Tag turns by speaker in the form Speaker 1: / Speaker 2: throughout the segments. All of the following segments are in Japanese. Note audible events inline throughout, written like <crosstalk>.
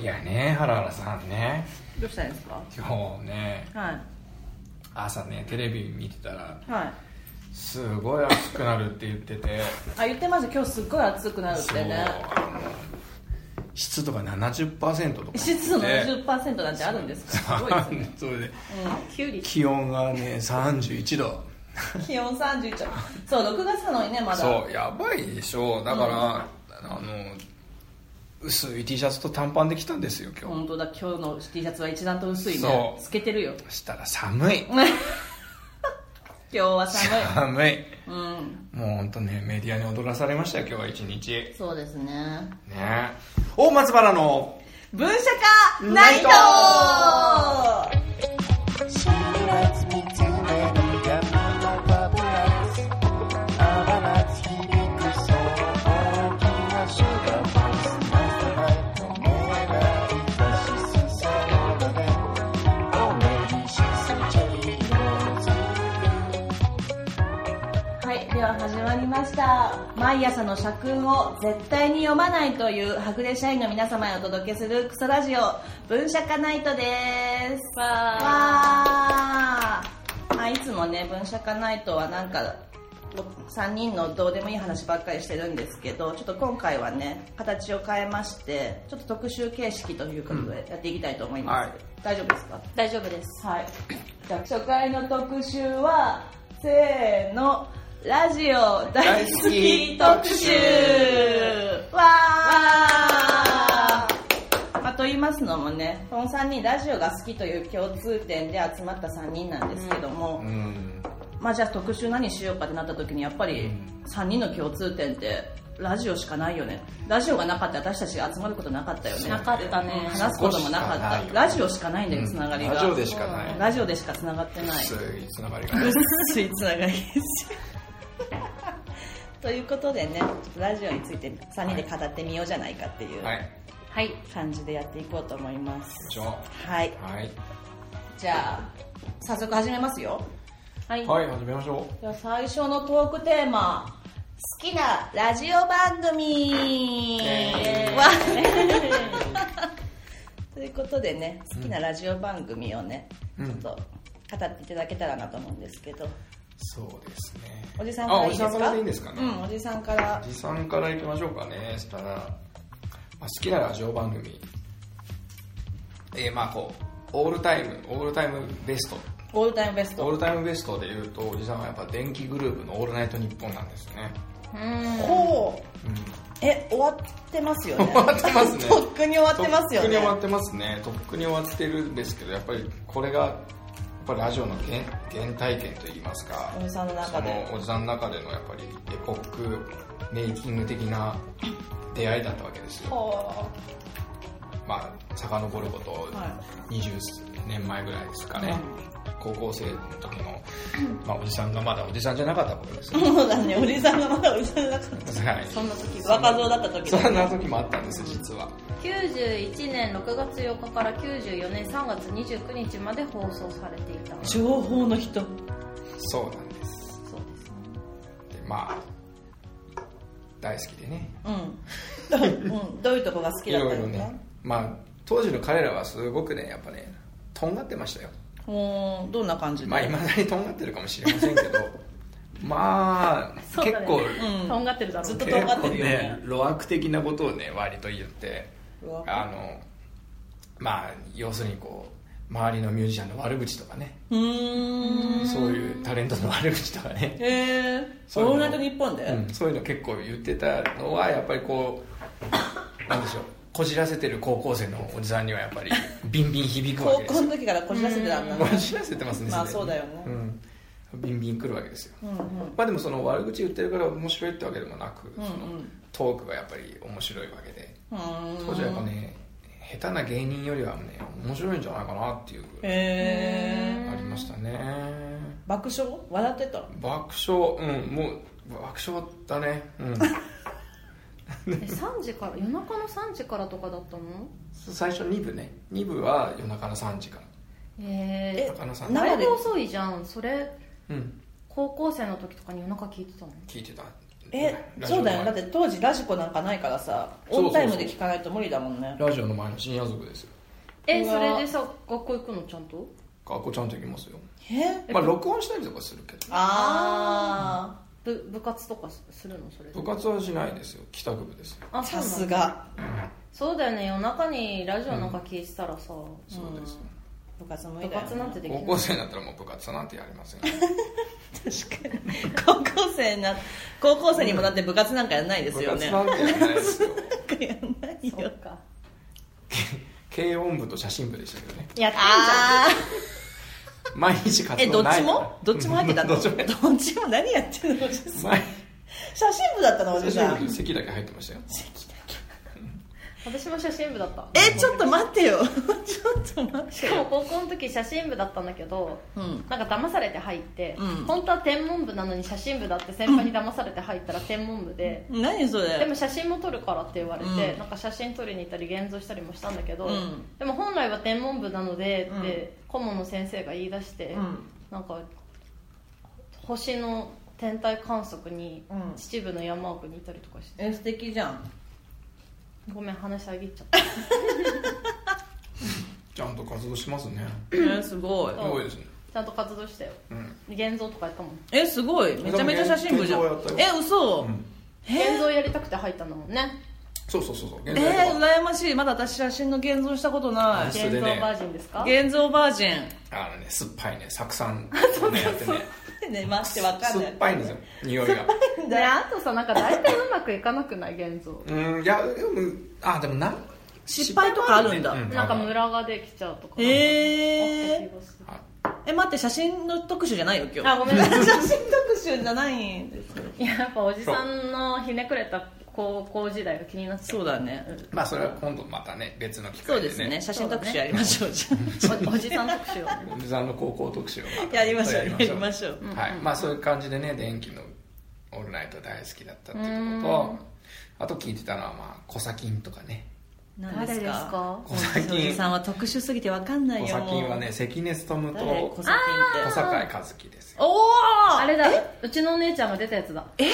Speaker 1: いやね原原さんね
Speaker 2: どうしたんですか
Speaker 1: 今日ね
Speaker 2: は
Speaker 1: 朝ねテレビ見てたら
Speaker 2: いはい
Speaker 1: すごい暑くなるって言ってて
Speaker 2: あ言ってました今日すっごい暑くなるっ
Speaker 1: そ
Speaker 2: て
Speaker 1: う
Speaker 2: ね
Speaker 1: あの湿度が70%とか
Speaker 2: 湿度の
Speaker 1: ね
Speaker 2: 10%なんてあるんですかすごいですね
Speaker 1: それで
Speaker 2: うん、キュウリ
Speaker 1: 気温がね31度
Speaker 2: 気温31度そう6月なのにねまだ
Speaker 1: そうやばいでしょだから、あの薄い T シャツと短パンで来たんですよ今日、
Speaker 2: 本当だ今日の T シャツは一段と薄いね
Speaker 1: そう
Speaker 2: 透けてるよ <laughs>
Speaker 1: そしたら寒い
Speaker 2: 今日は寒い
Speaker 1: 寒い
Speaker 2: うん
Speaker 1: もう本当ねメディアに踊らされましたよ今日は一日
Speaker 2: そうですね
Speaker 1: ね大松原の
Speaker 2: 文社化ナイトはい、では始まりました。毎朝の社訓を絶対に読まないという白手社員の皆様へお届けするクソラジオ、文社化ナイトです。わー、まあ、いつもね、文社化ナイトはなんか、3人のどうでもいい話ばっかりしてるんですけどちょっと今回はね形を変えましてちょっと特集形式ということでやっていきたいと思います、
Speaker 1: はい
Speaker 2: 大丈夫ですか
Speaker 3: 大丈夫です
Speaker 2: はい。じゃあ初回の特集は、せーの、ラジオ大好き特集わーまあ、と言いますのもね、この3人ラジオが好きという共通点で集まった3人なんですけども、
Speaker 1: うん
Speaker 2: まあじゃあ特集何しようかってなった時にやっぱり3人の共通点ってラジオしかないよね。ラジオがなかったら私たちが集まることなかったよね。
Speaker 3: なかったね
Speaker 2: 話すこともなか
Speaker 1: そこしかないよ
Speaker 2: った。ラジオしかないんだよ、つながりが。
Speaker 1: ラジオでしかない
Speaker 2: ラジオでしか繋がってない。
Speaker 1: 薄いつながりがね
Speaker 2: 薄 <laughs> いつながりですよ。ということでね、ラジオについて3人で語ってみようじゃないかっていう
Speaker 1: はい
Speaker 3: はい
Speaker 2: 感じでやっていこうと思います。
Speaker 1: じゃあ
Speaker 2: はい。
Speaker 1: はい
Speaker 2: じゃあ、早速始めますよ。
Speaker 3: はい、
Speaker 1: はい始めましょ
Speaker 2: じゃあ最初のトークテーマ。好きなラジオ番組
Speaker 1: えー
Speaker 2: わ
Speaker 1: <laughs>
Speaker 2: ということでね、好きなラジオ番組をね、
Speaker 1: うん
Speaker 2: ちょっと語っていただけたらなと思うんですけど。
Speaker 1: うそうですね
Speaker 2: おじさんからいいですか
Speaker 1: あおじさんからでいいんですかね
Speaker 2: うんおじさんから
Speaker 1: おじさんからいきましょうかねそしたら、まあ、好きなラジオ番組えー、まあこうオールタイムオールタイムベスト
Speaker 2: オールタイムベス
Speaker 1: オー
Speaker 2: ト
Speaker 1: ルタイムベストでいうとおじさんはやっぱ電気グループの「オールナイトニッポン」なんですね
Speaker 3: うん
Speaker 2: ほう
Speaker 1: うん
Speaker 2: え終わってますよね
Speaker 1: 終わってますね
Speaker 2: とっくに終わってますよ
Speaker 1: とっくに終
Speaker 2: ね
Speaker 1: わってますねとっくに終わってるんですけどやっぱりこれがやっぱりラジオの原原体験といいますか
Speaker 2: おじさんの中で
Speaker 1: そのおじさんの中でのやっぱりエポックメイキング的な出会いだったわけですよ
Speaker 2: ほ
Speaker 1: まあ遡ること
Speaker 2: は
Speaker 1: 20年前ぐらいですかね、高校生の時の、まあ、おじさんがまだおじさんじゃなかった頃です
Speaker 2: う
Speaker 1: ね
Speaker 2: そうだねおじさんがまだおじさんだから
Speaker 1: はい
Speaker 3: そんな時は
Speaker 2: 若造だった時だ
Speaker 1: そんな時もあったんです実は
Speaker 3: 91年6月4日から94年3月29日まで放送されていた
Speaker 2: 情報の人
Speaker 1: そうなんです
Speaker 3: そうですね
Speaker 1: でまあ大好きでね
Speaker 2: うんど,、うん、どういうとこが好き
Speaker 1: い
Speaker 2: だった
Speaker 1: ろ
Speaker 2: の
Speaker 1: い
Speaker 2: か
Speaker 1: ろねまあ当時の彼らはすごくねやっぱねとんがってましたよ
Speaker 2: ほうどんな感じで、
Speaker 1: まあいまだにとんがってるかもしれませ
Speaker 2: <laughs>
Speaker 1: んけどまあ、
Speaker 3: そう
Speaker 1: 結
Speaker 3: だね
Speaker 1: 構
Speaker 2: うん
Speaker 3: とんがってるだろ
Speaker 2: ず
Speaker 3: う
Speaker 2: っ
Speaker 3: ね
Speaker 2: ととんがってるよね
Speaker 1: 結構路悪的なことをね割と言って
Speaker 2: うわ
Speaker 1: あのまあ要するにこう周りのミュージシャンの悪口とかね
Speaker 2: うーん
Speaker 1: そういうタレントの悪口とかね
Speaker 2: へえオ
Speaker 1: そういうの
Speaker 2: ールナイトニッポンで、
Speaker 1: うんそういうの結構言ってたのはやっぱりこ
Speaker 2: <coughs>
Speaker 1: うなんでしょうこじらせてる高校生のおじさんにはやっぱりビンビン響くわ
Speaker 2: 高
Speaker 1: けです
Speaker 2: 校
Speaker 1: よ
Speaker 2: の時からこじらせてたんだ
Speaker 1: こ
Speaker 2: ね
Speaker 1: じらせてますね
Speaker 2: まあ
Speaker 1: すでに
Speaker 2: そうだよね
Speaker 1: うんビンビン来るわけですよ
Speaker 2: うんうん
Speaker 1: まあでもその悪口言ってるから面白いってわけでもなく、
Speaker 2: うんうん
Speaker 1: そのトークがやっぱり面白いわけで
Speaker 2: うーん
Speaker 1: 当時はやっぱね下手な芸人よりはね面白いんじゃないかなっていう
Speaker 2: へえ
Speaker 1: ありましたね
Speaker 2: 爆笑笑ってた
Speaker 1: 爆笑うんもう爆笑だねうん
Speaker 3: え3時から夜中の3時からとかだったの
Speaker 1: 最初2部ね2部は夜中の3時から
Speaker 3: え
Speaker 1: 中野さん
Speaker 3: ー、だ
Speaker 2: 生
Speaker 3: い
Speaker 2: で
Speaker 3: ぶ遅いじゃんそれ
Speaker 1: うん
Speaker 3: 高校生の時とかに夜中聞いてたの
Speaker 1: 聞いてた
Speaker 2: え
Speaker 1: ラジオ
Speaker 2: そうだよねだ
Speaker 1: の
Speaker 2: って当時ラジコなんかないからさ
Speaker 1: そうそう
Speaker 2: オンタイムで聞かないと無理だもんね
Speaker 1: ラジオの前の深夜族ですよ
Speaker 3: え
Speaker 2: うわ
Speaker 3: それでさ学校行くのちゃんと
Speaker 1: 学校ちゃんと行きますよ
Speaker 2: え
Speaker 1: まあ録音したりとかするけど
Speaker 2: あ
Speaker 3: 部部活とかするのそれで
Speaker 1: 部活はしないですよ帰宅部ですよ
Speaker 3: あ
Speaker 2: あさ
Speaker 3: そう
Speaker 2: す
Speaker 3: なんだ
Speaker 2: が
Speaker 3: そうだよね夜中にラジオなんか聞いてたらさ、
Speaker 1: そうですよ
Speaker 2: 部活もい
Speaker 3: 部
Speaker 2: いだよ
Speaker 3: 活なんてできな
Speaker 1: 高
Speaker 3: い
Speaker 1: 校生になったらもう部活なんてやりませんよ
Speaker 2: 確かに高校生な <laughs> 高校生にもだって部活なんかやらないです
Speaker 1: 部
Speaker 2: よね
Speaker 1: 活なんてやらないですよ <laughs>
Speaker 2: なん <laughs> かやんない
Speaker 3: そ
Speaker 2: よ
Speaker 3: っか
Speaker 1: 軽音部と写真部でしたけどね
Speaker 3: やってんじゃん
Speaker 2: ああ
Speaker 1: 毎日活
Speaker 2: えど
Speaker 1: 動
Speaker 2: っ
Speaker 1: な
Speaker 2: ち
Speaker 1: いから
Speaker 2: もどっちも入ってたの
Speaker 1: <laughs> どっちも入って
Speaker 2: どっちも何やってるの写
Speaker 1: た毎
Speaker 2: 真部だったのおじ
Speaker 1: 日
Speaker 2: さ
Speaker 1: 写真
Speaker 2: ん
Speaker 1: 部席だけ入ってましたよ
Speaker 3: 私も写真部だった
Speaker 2: えちょっと待ってよ <laughs> ちょっと待っ
Speaker 3: しかも高校の時写真部だったんだけど
Speaker 2: うん
Speaker 3: なんか騙されて入って、
Speaker 2: うん
Speaker 3: 本当は天文部なのに写真部だって先輩に騙されて入ったら天文部で、
Speaker 2: 何そ
Speaker 3: で
Speaker 2: れ
Speaker 3: も写真も撮るからって言われて、
Speaker 2: うん
Speaker 3: なんか写真撮りに行ったり現像したりもしたんだけど、
Speaker 2: うん
Speaker 3: でも本来は天文部なので
Speaker 2: うん
Speaker 3: って顧問の先生が言い出して、
Speaker 2: うん
Speaker 3: なんか星の天体観測に
Speaker 2: うん
Speaker 3: 秩父の山奥に行ったりとかして、
Speaker 2: え素敵じゃん
Speaker 3: ごめん話あげちゃった
Speaker 1: ちゃんと活動してますね
Speaker 2: えすごい
Speaker 1: すごいですね
Speaker 3: ちゃんと活動したよ
Speaker 1: うん
Speaker 3: 現像とかやったもん
Speaker 2: えすごいめちゃめちゃ写真部じゃん
Speaker 1: でも現像はやった
Speaker 2: え嘘、
Speaker 1: うん
Speaker 3: 現像やりたくて入ったんだもんね
Speaker 1: そうそうそうそう現
Speaker 2: え
Speaker 1: 在と
Speaker 2: ー、
Speaker 1: か
Speaker 2: 羨ましいまだ私写真の現像したことな
Speaker 1: そ
Speaker 2: い
Speaker 1: れ
Speaker 3: 現
Speaker 1: で
Speaker 3: 像
Speaker 1: ね
Speaker 3: バージンですか
Speaker 2: 現像バージン
Speaker 1: あのね酸っぱいね酢酸をねやってね
Speaker 2: ね待ってわかん
Speaker 1: 酸
Speaker 2: な
Speaker 1: っ
Speaker 2: い
Speaker 1: ぱいんですよ匂いが
Speaker 3: ねあとさなんか大体うまくいかなくない現像
Speaker 1: うんいやでもあでもな
Speaker 2: 失敗とかあるん
Speaker 1: 失
Speaker 2: だ、
Speaker 1: 敗もあるね
Speaker 3: なんかムラができちゃうとか
Speaker 2: えー
Speaker 3: あった気がする
Speaker 1: あ
Speaker 2: え待って写真の特集じゃないよ今日
Speaker 3: あごめんなさ
Speaker 2: <laughs>
Speaker 3: い
Speaker 2: 写真特集じゃないんですよ
Speaker 3: いややっぱおじさんのひねくれた高校時代が気になっちゃ
Speaker 2: そううだね
Speaker 1: まあそれは今度またね別の機
Speaker 2: そう
Speaker 1: 会で
Speaker 2: で
Speaker 1: ね
Speaker 2: すね写真特集やりましょうじゃ
Speaker 3: おおじさん特 <laughs> 集をね
Speaker 1: おじさんの高校特集を
Speaker 2: あやりましょうやりま
Speaker 1: ょ
Speaker 2: しょう
Speaker 1: うはいまあそういう感じでね電気のオールナイト大好きだったっていうこととあと聞いてたのはまあコサキンとかね
Speaker 2: 何ですか
Speaker 1: 小崎
Speaker 2: おじさんは特殊すぎてわかんない
Speaker 1: コ
Speaker 2: よ
Speaker 1: サキンは
Speaker 2: も
Speaker 1: ね関根勤
Speaker 2: う
Speaker 1: と
Speaker 2: 誰小
Speaker 1: 小
Speaker 2: 崎って
Speaker 1: 坂井和樹ですよ
Speaker 2: おお
Speaker 3: あれだうちのお姉ちゃんが出たやつだえ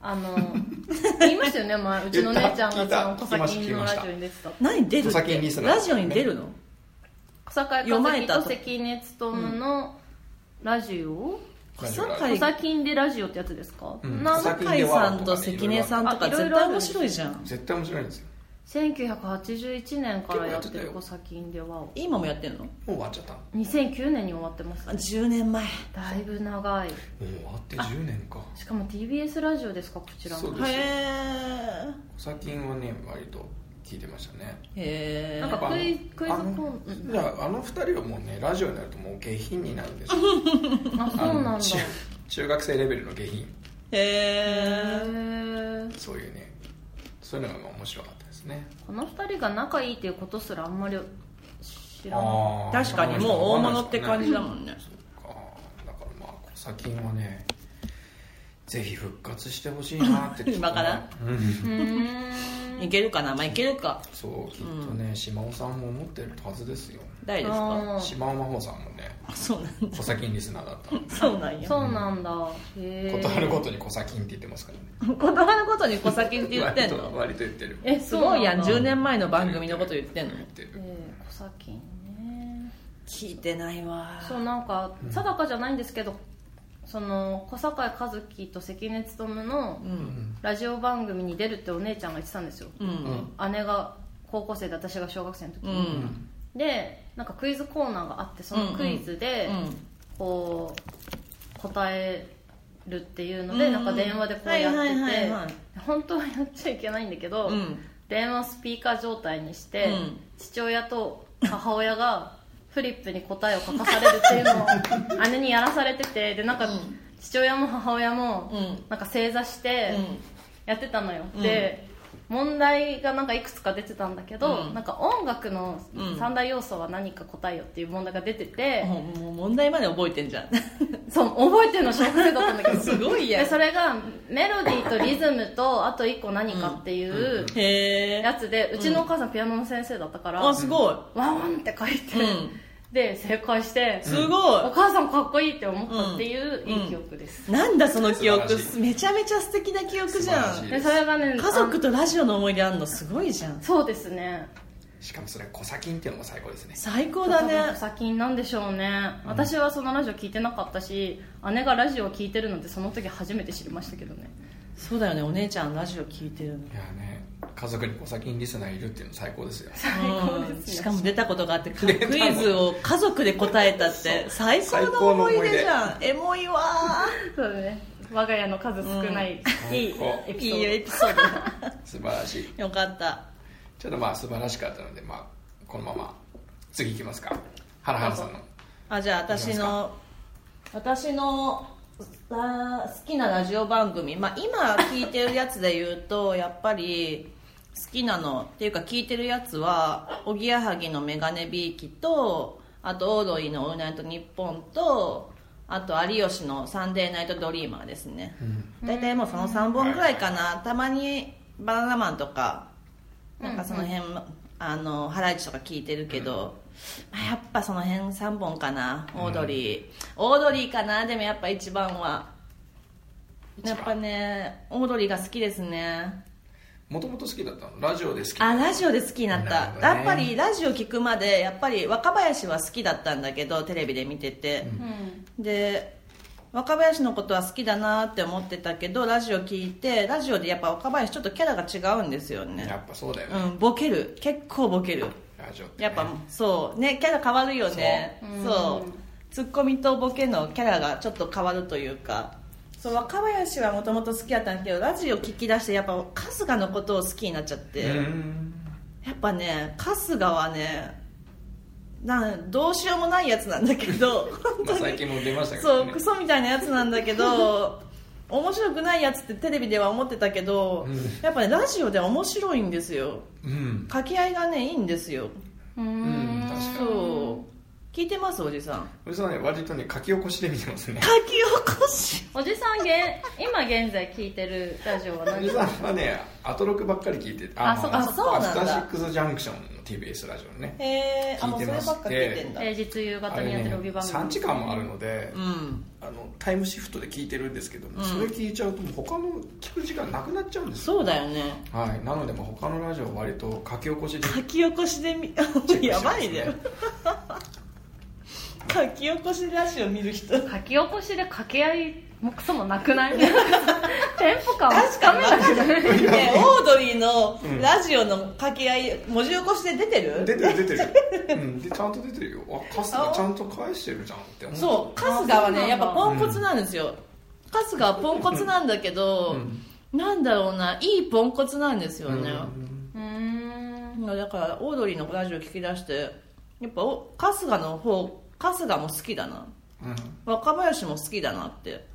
Speaker 3: あの <laughs> 言いましたよね前うちのお姉ちゃん
Speaker 1: 言った
Speaker 3: がそ
Speaker 1: 聞
Speaker 3: の小
Speaker 1: いた
Speaker 3: 崎
Speaker 1: 聞き
Speaker 3: の
Speaker 1: ました
Speaker 3: ラジオに出てた
Speaker 2: 何出る
Speaker 1: 小
Speaker 2: っ
Speaker 1: 崎
Speaker 2: て
Speaker 1: リスナー
Speaker 2: ラジオに出るの
Speaker 3: 小坂井
Speaker 2: 読ま
Speaker 3: 和
Speaker 2: れ
Speaker 3: 樹
Speaker 2: た
Speaker 3: と
Speaker 2: と
Speaker 3: 関根勤のラジオ
Speaker 1: 小坂
Speaker 2: は
Speaker 3: 小
Speaker 2: い
Speaker 3: 崎んでラジオってやつですか、
Speaker 1: うん
Speaker 3: な
Speaker 1: 小
Speaker 3: ん
Speaker 1: 崎
Speaker 2: 坂井さんと関根さんとか
Speaker 3: あいろ
Speaker 2: 絶
Speaker 3: いろあ
Speaker 2: 対
Speaker 3: る
Speaker 2: 面白いじゃん
Speaker 1: 絶対面白いんですよ
Speaker 3: 1981年からやってる小崎んでは
Speaker 2: 今もやってんの
Speaker 1: もう終わっちゃったの
Speaker 3: 2009年に終わってます
Speaker 2: あ10年前
Speaker 3: だいぶ長い
Speaker 1: もう終わって10年か
Speaker 3: しかも TBS ラジオですかこちら
Speaker 1: そう
Speaker 3: も
Speaker 1: ですよ
Speaker 2: へ
Speaker 1: コサキンはね割と聞いてましたね
Speaker 2: えへ
Speaker 3: なん
Speaker 1: やっぱ
Speaker 3: か
Speaker 1: あの
Speaker 3: クイクイズコ
Speaker 1: あ
Speaker 3: ー
Speaker 1: の
Speaker 3: ン
Speaker 1: じゃああの二人はもうねラジオになるともう下品になるんですよ
Speaker 3: あそう
Speaker 1: あ
Speaker 3: なん
Speaker 1: の
Speaker 3: だ
Speaker 1: 中中学生レベルの下品
Speaker 2: えへえ
Speaker 3: へえ
Speaker 1: そういうねそういうのが面白かったですね
Speaker 3: この二人が仲いいっていうことすらあんまり知らない
Speaker 1: あー
Speaker 2: 確かにもう大物って感じだもんね
Speaker 1: そうかだからまあコサキンはねぜひ復活してほしいなって
Speaker 2: 今から
Speaker 1: うん
Speaker 3: うーん
Speaker 2: いけるかなまあいけるか
Speaker 1: そうきっとね島尾さんも思ってるはずですよ
Speaker 2: 誰ですか
Speaker 3: あー
Speaker 1: 島尾真帆さんもね
Speaker 2: そうなんだ
Speaker 1: コサキンリスナーだったの
Speaker 2: そうなんや
Speaker 3: そうなんだへえ
Speaker 1: 断るごとにコサキンって言ってますからね
Speaker 2: 断ることに小崎って言ってん
Speaker 1: 割と
Speaker 2: の
Speaker 1: 割と言ってる
Speaker 3: え
Speaker 2: すごいやん
Speaker 3: そう
Speaker 2: 10
Speaker 3: なんだ
Speaker 2: 年前の番組のこと言ってんの
Speaker 1: 言ってる
Speaker 3: えー小崎ね
Speaker 2: 聞いてないわ
Speaker 3: そうなんか定かじゃないんですけど、その小坂井和樹と関根勤の
Speaker 2: うん
Speaker 3: ラジオ番組に出るってお姉ちゃんが言ってたんですよ、
Speaker 2: うんうん
Speaker 3: 姉が高校生で私が小学生の時
Speaker 2: う
Speaker 3: に、
Speaker 2: ん
Speaker 3: でなんかクイズコーナーがあってそのクイズでこう答えるっていうので、
Speaker 2: うん
Speaker 3: なんか電話でこうやってて、
Speaker 2: はいはいはいはい
Speaker 3: 本当はやっちゃいけないんだけど、
Speaker 2: うん
Speaker 3: 電話スピーカー状態にして、
Speaker 2: うん
Speaker 3: 父親と母親がフリップに答えを書かされるってい
Speaker 2: <laughs>
Speaker 3: うのを姉にやらされててでなんか
Speaker 2: うん
Speaker 3: 父親も母親も
Speaker 2: うん
Speaker 3: なんか正座して
Speaker 2: うん
Speaker 3: やってたのよ、
Speaker 2: うん
Speaker 3: で問題がなんかいくつか出てたんだけど、
Speaker 2: うん
Speaker 3: なんか音楽の
Speaker 2: うん
Speaker 3: 三大要素は何か答えよっていう問題が出てて、
Speaker 2: もうもう問題まで覚えてんじゃん
Speaker 3: そう覚えてるの小学生だったんだけ
Speaker 2: <laughs>
Speaker 3: ど
Speaker 2: すごいやん
Speaker 3: でそれがメロディーとリズムとあと一個何かっていう
Speaker 2: へえ
Speaker 3: やつでうちのお母さんピアノの先生だったから、
Speaker 2: あすごい
Speaker 3: ワンワンって書いて、
Speaker 2: うん
Speaker 3: で正解して、
Speaker 2: すごい
Speaker 3: お母さんかっこいいって思ったっていういい記憶です、
Speaker 2: なんだその記憶
Speaker 1: 素晴らしい
Speaker 2: めちゃめちゃ素敵な記憶じ
Speaker 1: 素
Speaker 2: ゃ
Speaker 1: 晴らし
Speaker 2: ん
Speaker 1: い
Speaker 3: でそれがね
Speaker 2: 家族
Speaker 3: と
Speaker 2: とラジオの思い出あんのすごいじゃん
Speaker 3: そうですね
Speaker 1: しかもそれは小先っていうのも最高ですね
Speaker 2: 最高だ
Speaker 3: 多分
Speaker 2: ね
Speaker 3: 先なんでしょうね、私はそのラジオ聞いてなかったし姉がラジオを聞いてるのってその時初めて知りましたけどね
Speaker 2: そうだよねお姉ちゃんラジオ聞いてるの
Speaker 1: いやね家族に小先リスナーいるっていうの最高ですよ
Speaker 3: 最高ですね、
Speaker 2: うんしかも出たことがあってク
Speaker 1: 出たの
Speaker 2: クイズを家族で答えたって最高の思い出じゃんエモいわ
Speaker 3: そうだね我が家の数少ない、いいエ
Speaker 2: ーい
Speaker 3: ピソ
Speaker 2: いエ
Speaker 3: ー
Speaker 2: ピソー
Speaker 1: 素晴らしい
Speaker 2: ドよかった
Speaker 1: ちょっとまあ素晴らしかったので、まあ、このまま次行きますか原原さんの
Speaker 2: あじゃあ私の私のあ好きなラジオ番組、まあ、今聞いてるやつで言うと <laughs> やっぱり好きなのっていうか聞いてるやつはおぎやはぎのメガネビーキとあとオードリーの「オールナイトニッポン」とあと有吉の「サンデーナイトドリーマー」ですね、大体もうその3本ぐらいかな、たまに「バナナマン」とかなんかその辺、あのハライチとか聞いてるけど、まあやっぱその辺3本かなオードリー、オードリーかなでもやっぱ一番は
Speaker 1: 一
Speaker 2: や
Speaker 1: 番
Speaker 2: っぱねオードリーが好きですね
Speaker 1: もともと好きだったのラジオで好き
Speaker 2: あラジオで好きになった
Speaker 1: なるほどね
Speaker 2: やっぱりラジオ聞くまでやっぱり若林は好きだったんだけどテレビで見てて、
Speaker 3: ド、うん
Speaker 2: で若林のことは好きだなって思ってたけどラジオ聞いてラジオでやっぱ若林ちょっとキャラが違うんですよね
Speaker 1: やっぱそうだよね、
Speaker 2: うんボケる結構ボケる
Speaker 1: ラジオってね、
Speaker 2: やっぱそうねキャラ変わるよね
Speaker 3: そう
Speaker 2: そう
Speaker 3: うん
Speaker 2: ツッコミとボケのキャラがちょっと変わるというかそう若林はもともと好きだったんだけどラジオ聞き出してやっぱ春日のことを好きになっちゃって、
Speaker 1: うん
Speaker 2: やっぱね春日はねなんどうしようもないやつなんだけ
Speaker 1: <laughs>
Speaker 2: ど本
Speaker 1: まあ、
Speaker 2: 当
Speaker 1: 最
Speaker 2: に
Speaker 1: 近も出ましたけ
Speaker 2: そ
Speaker 1: ど、
Speaker 2: う
Speaker 1: ね、
Speaker 2: クソみたいなやつなんだ
Speaker 1: <laughs>
Speaker 2: けど面白くないやつってテレビでは思ってたけど、
Speaker 1: うん
Speaker 2: やっぱねラジオで面白いんですよ
Speaker 1: うん
Speaker 2: 掛け合いがねいいんですよ
Speaker 3: うー
Speaker 1: うん
Speaker 3: ん
Speaker 1: 確かに
Speaker 2: そう聞いてますおじさん
Speaker 1: それはね割とね書き起こしで見てますね
Speaker 2: 書き起こし
Speaker 3: おじさんげん今現在聞いてるラジオは
Speaker 1: おじ
Speaker 3: 何
Speaker 1: さんはねアトロクばっかり聞いてて
Speaker 3: あそっか
Speaker 1: ま
Speaker 3: あ
Speaker 2: そうなんだ
Speaker 1: アフターシックスジャンクションの TBS ラジオね
Speaker 2: へ <laughs> えあもう
Speaker 1: 聞いて
Speaker 2: それば
Speaker 1: ま
Speaker 2: っ
Speaker 1: して
Speaker 2: か聞いてんだ
Speaker 3: 平日夕
Speaker 1: あ
Speaker 3: 方に
Speaker 1: れ
Speaker 3: やって
Speaker 1: ね
Speaker 3: る帯番組、
Speaker 1: 3時間もあるので
Speaker 2: う、ん
Speaker 1: あのタイムシフトで聞いてるんですけども、それ聞いちゃうともう他の聞く時間なくなっちゃうんですよ
Speaker 2: そうだよね
Speaker 1: はい、なのでもう他のラジオは割と書き起
Speaker 2: <laughs>
Speaker 1: こしで
Speaker 2: 書き起こしで見 <laughs> やばいね書き起こしラジオ見る人 <laughs>
Speaker 3: 書き起こしで掛け合いもクソもなくないテンポ感はつかめなくない
Speaker 2: ねオードリーの
Speaker 1: うん
Speaker 2: ラジオの掛け合い文字起こしで出てる
Speaker 1: 出てる出てる、うん、でちゃんと出てる
Speaker 2: <laughs>
Speaker 1: よあカスがちゃんと返してるじゃんって思う
Speaker 2: そう春日は
Speaker 3: あそうなんだ
Speaker 2: ねやっぱポンコツなんですよ、春日はポンコツなんだけど、なんだろうないいポンコツなんですよね、
Speaker 1: ん
Speaker 3: うーん
Speaker 2: いやだからオードリーのラジオ聞き出してやっぱお春日の方春日も好きだな
Speaker 1: うん
Speaker 2: 若林も好きだなって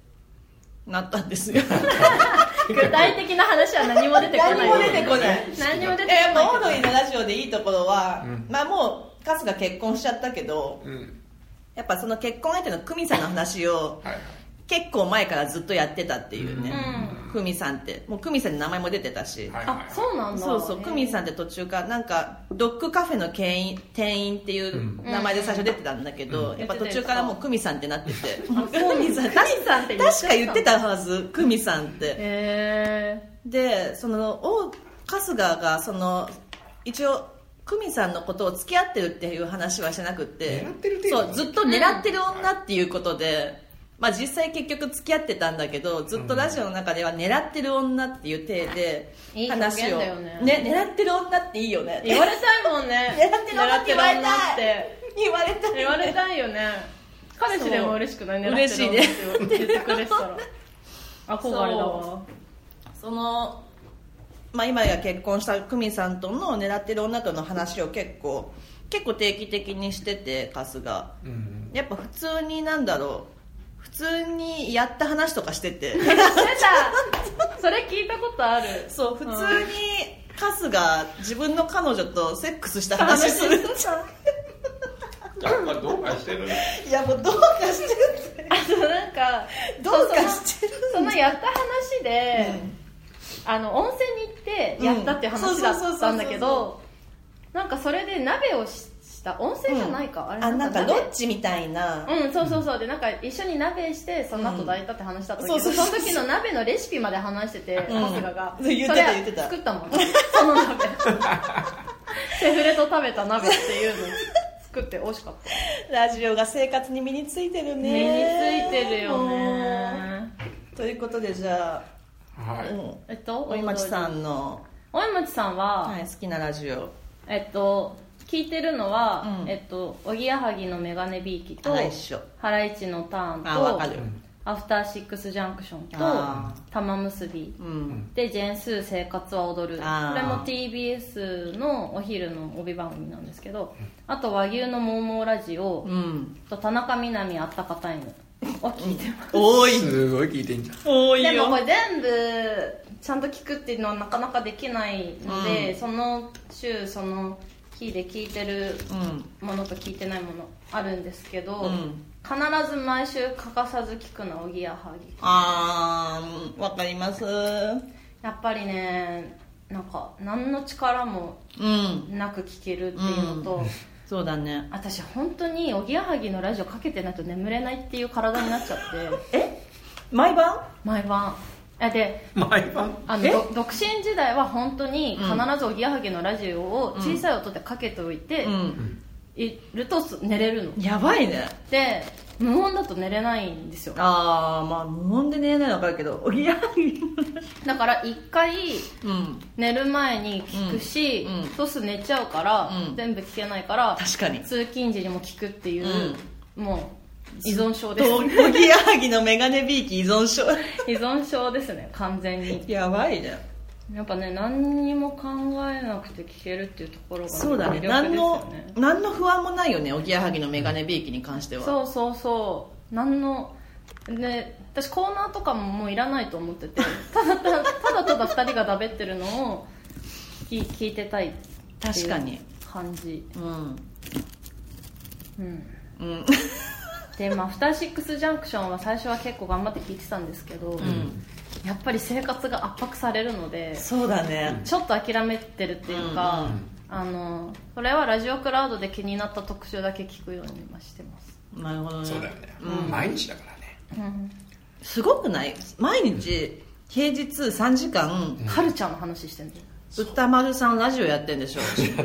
Speaker 2: なった
Speaker 1: <laughs>
Speaker 2: んですよ
Speaker 3: 具体的な話は何も出てこない
Speaker 2: <laughs> 何も出てこない
Speaker 3: 何にも出
Speaker 2: い
Speaker 3: てこない
Speaker 2: ややっぱオードリーのラジオでいいところは、
Speaker 1: うん
Speaker 2: まあもう春日結婚しちゃったけど
Speaker 1: うん
Speaker 2: やっぱその結婚相手の久美さんの話を
Speaker 1: はいはい
Speaker 2: 結構前からずっとやってたっていうね
Speaker 3: う
Speaker 2: 久美、さんってもう久美さんに名前も出てたし、
Speaker 1: はいはい
Speaker 3: あそうなんだ
Speaker 2: そうそう久美さんって途中からなんかドッグカフェの店員店員っていう名前で最初出てたんだけど、
Speaker 1: うん
Speaker 2: やっぱ途中からもう久美さんってなってて
Speaker 3: あそう
Speaker 2: <laughs> 久美さん
Speaker 3: 久美さんって言っ
Speaker 2: 確
Speaker 3: ちゃった
Speaker 2: か言ってたはず久美さんって
Speaker 3: へ
Speaker 2: でそのお春日がその一応久美さんのことを付き合ってるっていう話はしてなくって
Speaker 1: 狙ってる程度
Speaker 2: そうずっと狙ってる女っていうことで、まあ、実際結局付き合ってたんだけどずっとラジオの中では狙ってる女っていう体で
Speaker 3: うんいい表現
Speaker 2: 話を、
Speaker 3: だよね
Speaker 2: 狙ってる女っていいよね
Speaker 3: え言われたいもん
Speaker 2: <laughs>
Speaker 3: ね
Speaker 2: 狙ってる女って言われたい言われたい
Speaker 3: 言われたいよね彼氏でも嬉しくないね
Speaker 2: 嬉しいね
Speaker 3: 狙ってる女って言ってくれてたら憧れだわ
Speaker 2: その、まあ、今や結婚した久美さんとの狙ってる女との話を結構結構定期的にしてて春日
Speaker 1: うん
Speaker 2: やっぱ普通になんだろう普通にやった話とかして
Speaker 3: <laughs>
Speaker 2: て
Speaker 3: 出たそれ聞いたことある
Speaker 2: そう普通に春日自分の彼女とセックスした話する
Speaker 1: やっぱどうかしてるね
Speaker 2: いやもうどうかしてるって
Speaker 3: <laughs> あとなんか
Speaker 2: <laughs> どうかしてる
Speaker 3: そのやった話で、あの温泉に行ってやったっていう話だったんだけ
Speaker 2: うんそうそうそうそう
Speaker 3: どなんかそれで鍋をししした温泉じゃないか、あれ
Speaker 2: あなんかロッ
Speaker 3: ち
Speaker 2: チみたいな、
Speaker 3: うんそうそうそうでなんか一緒に鍋してその後抱いたって話した時、
Speaker 2: うんそうそうそう
Speaker 3: その時の鍋のレシピまで話してて
Speaker 2: うん
Speaker 3: 春日が
Speaker 2: そう言ってた
Speaker 3: それ
Speaker 2: 言ってた
Speaker 3: 作ったもんそ
Speaker 2: <laughs>
Speaker 3: の鍋セフレと食べた鍋っていうの作って美味しかった
Speaker 2: ラジオが生活に身についてる
Speaker 3: 身に
Speaker 2: ね
Speaker 3: ついてるよね
Speaker 2: うんということでじゃあ、
Speaker 1: は
Speaker 2: う
Speaker 1: い。
Speaker 2: ん、
Speaker 3: えっと
Speaker 2: おいまちさんの、
Speaker 3: おいまちさんは、
Speaker 2: はい、好きなラジオ
Speaker 3: えっと聞いてるのは、
Speaker 2: うん
Speaker 3: えっとおぎやはぎのメガネビーキと
Speaker 2: あ一緒
Speaker 3: ハライチのターン
Speaker 2: あわかる
Speaker 3: とアフターシックスジャンクション
Speaker 2: あ
Speaker 3: と玉結び
Speaker 2: うん
Speaker 3: でジェンスー生活は踊るこ
Speaker 2: あー
Speaker 3: れも TBS のお昼の帯番組なんですけどあと和牛のモーモーラジオ
Speaker 2: うん
Speaker 3: と田中みな実あったかタイムを聞いてます
Speaker 2: 多い
Speaker 1: すごい聞いてんじゃん。
Speaker 2: 多い
Speaker 3: でもこ
Speaker 2: よ
Speaker 3: れ全部ちゃんと聞くっていうのはなかなかできないので、
Speaker 2: うん
Speaker 3: その週その日で聞いてる
Speaker 2: うん
Speaker 3: ものと聞いてないものあるんですけど、
Speaker 2: うん
Speaker 3: 必ず毎週欠かさず聞くのはおぎやはぎ
Speaker 2: あーわかりますう
Speaker 3: やっぱりねなんか何の力も
Speaker 2: ん
Speaker 3: なく聞けるっていうのと、
Speaker 2: そうだね
Speaker 3: 私本当におぎやはぎのラジオかけてないと眠れないっていう体になっちゃって <laughs> え
Speaker 2: 毎晩
Speaker 3: 毎晩えで
Speaker 1: 毎晩。
Speaker 3: あの
Speaker 2: え
Speaker 3: ど独身時代は本当に必ずおぎやはぎのラジオを小さい音でかけておいて、
Speaker 2: うん
Speaker 3: いるとす寝れるの
Speaker 2: やばいね
Speaker 3: で無音だと寝れないんですよ
Speaker 2: ああまあ無音で寝れないのは分かるけどおぎやはぎ
Speaker 3: だから一回
Speaker 2: うん
Speaker 3: 寝る前に聞くし、
Speaker 2: うんうん
Speaker 3: トス寝ちゃうから、
Speaker 2: うん
Speaker 3: 全部聞けないから
Speaker 2: 確かに
Speaker 3: 通勤時にも聞くっていう、もう依存症です
Speaker 2: おぎやはぎのメガネビーキ依存症
Speaker 3: <laughs> 依存症ですね完全に
Speaker 2: やばいね
Speaker 3: やっぱね何にも考えなくて聞けるっていうところが
Speaker 2: そうだね
Speaker 3: 魅力
Speaker 2: 何
Speaker 3: ですよ
Speaker 2: の
Speaker 3: ね
Speaker 2: 何の不安もないよねおぎやはぎのメガネビーキに関しては
Speaker 3: そうそうそう何のね私コーナーとかももういらないと思って <laughs> てただただただただ2人がだべってるのを聞聞いてたいっていう
Speaker 2: 確かに
Speaker 3: 感じ
Speaker 2: うん
Speaker 3: うん
Speaker 2: うん
Speaker 3: でまあ「アフターシックスジャンクション」は最初は結構頑張って聞いてたんですけど、
Speaker 2: ん
Speaker 3: やっぱり生活が圧迫されるので
Speaker 2: そうだね
Speaker 3: ちょっと諦めてるっていうか、
Speaker 2: うん
Speaker 1: うん
Speaker 3: あのそれはラジオクラウドで気になった特集だけ聞くように今してます、
Speaker 2: なるほどね
Speaker 1: そうだよね
Speaker 2: う。ん
Speaker 1: 毎日だからね。
Speaker 2: すごくない毎日平日3時間
Speaker 3: カルチャーの話してるんだよ
Speaker 2: 歌丸さんラジオやってんでしょ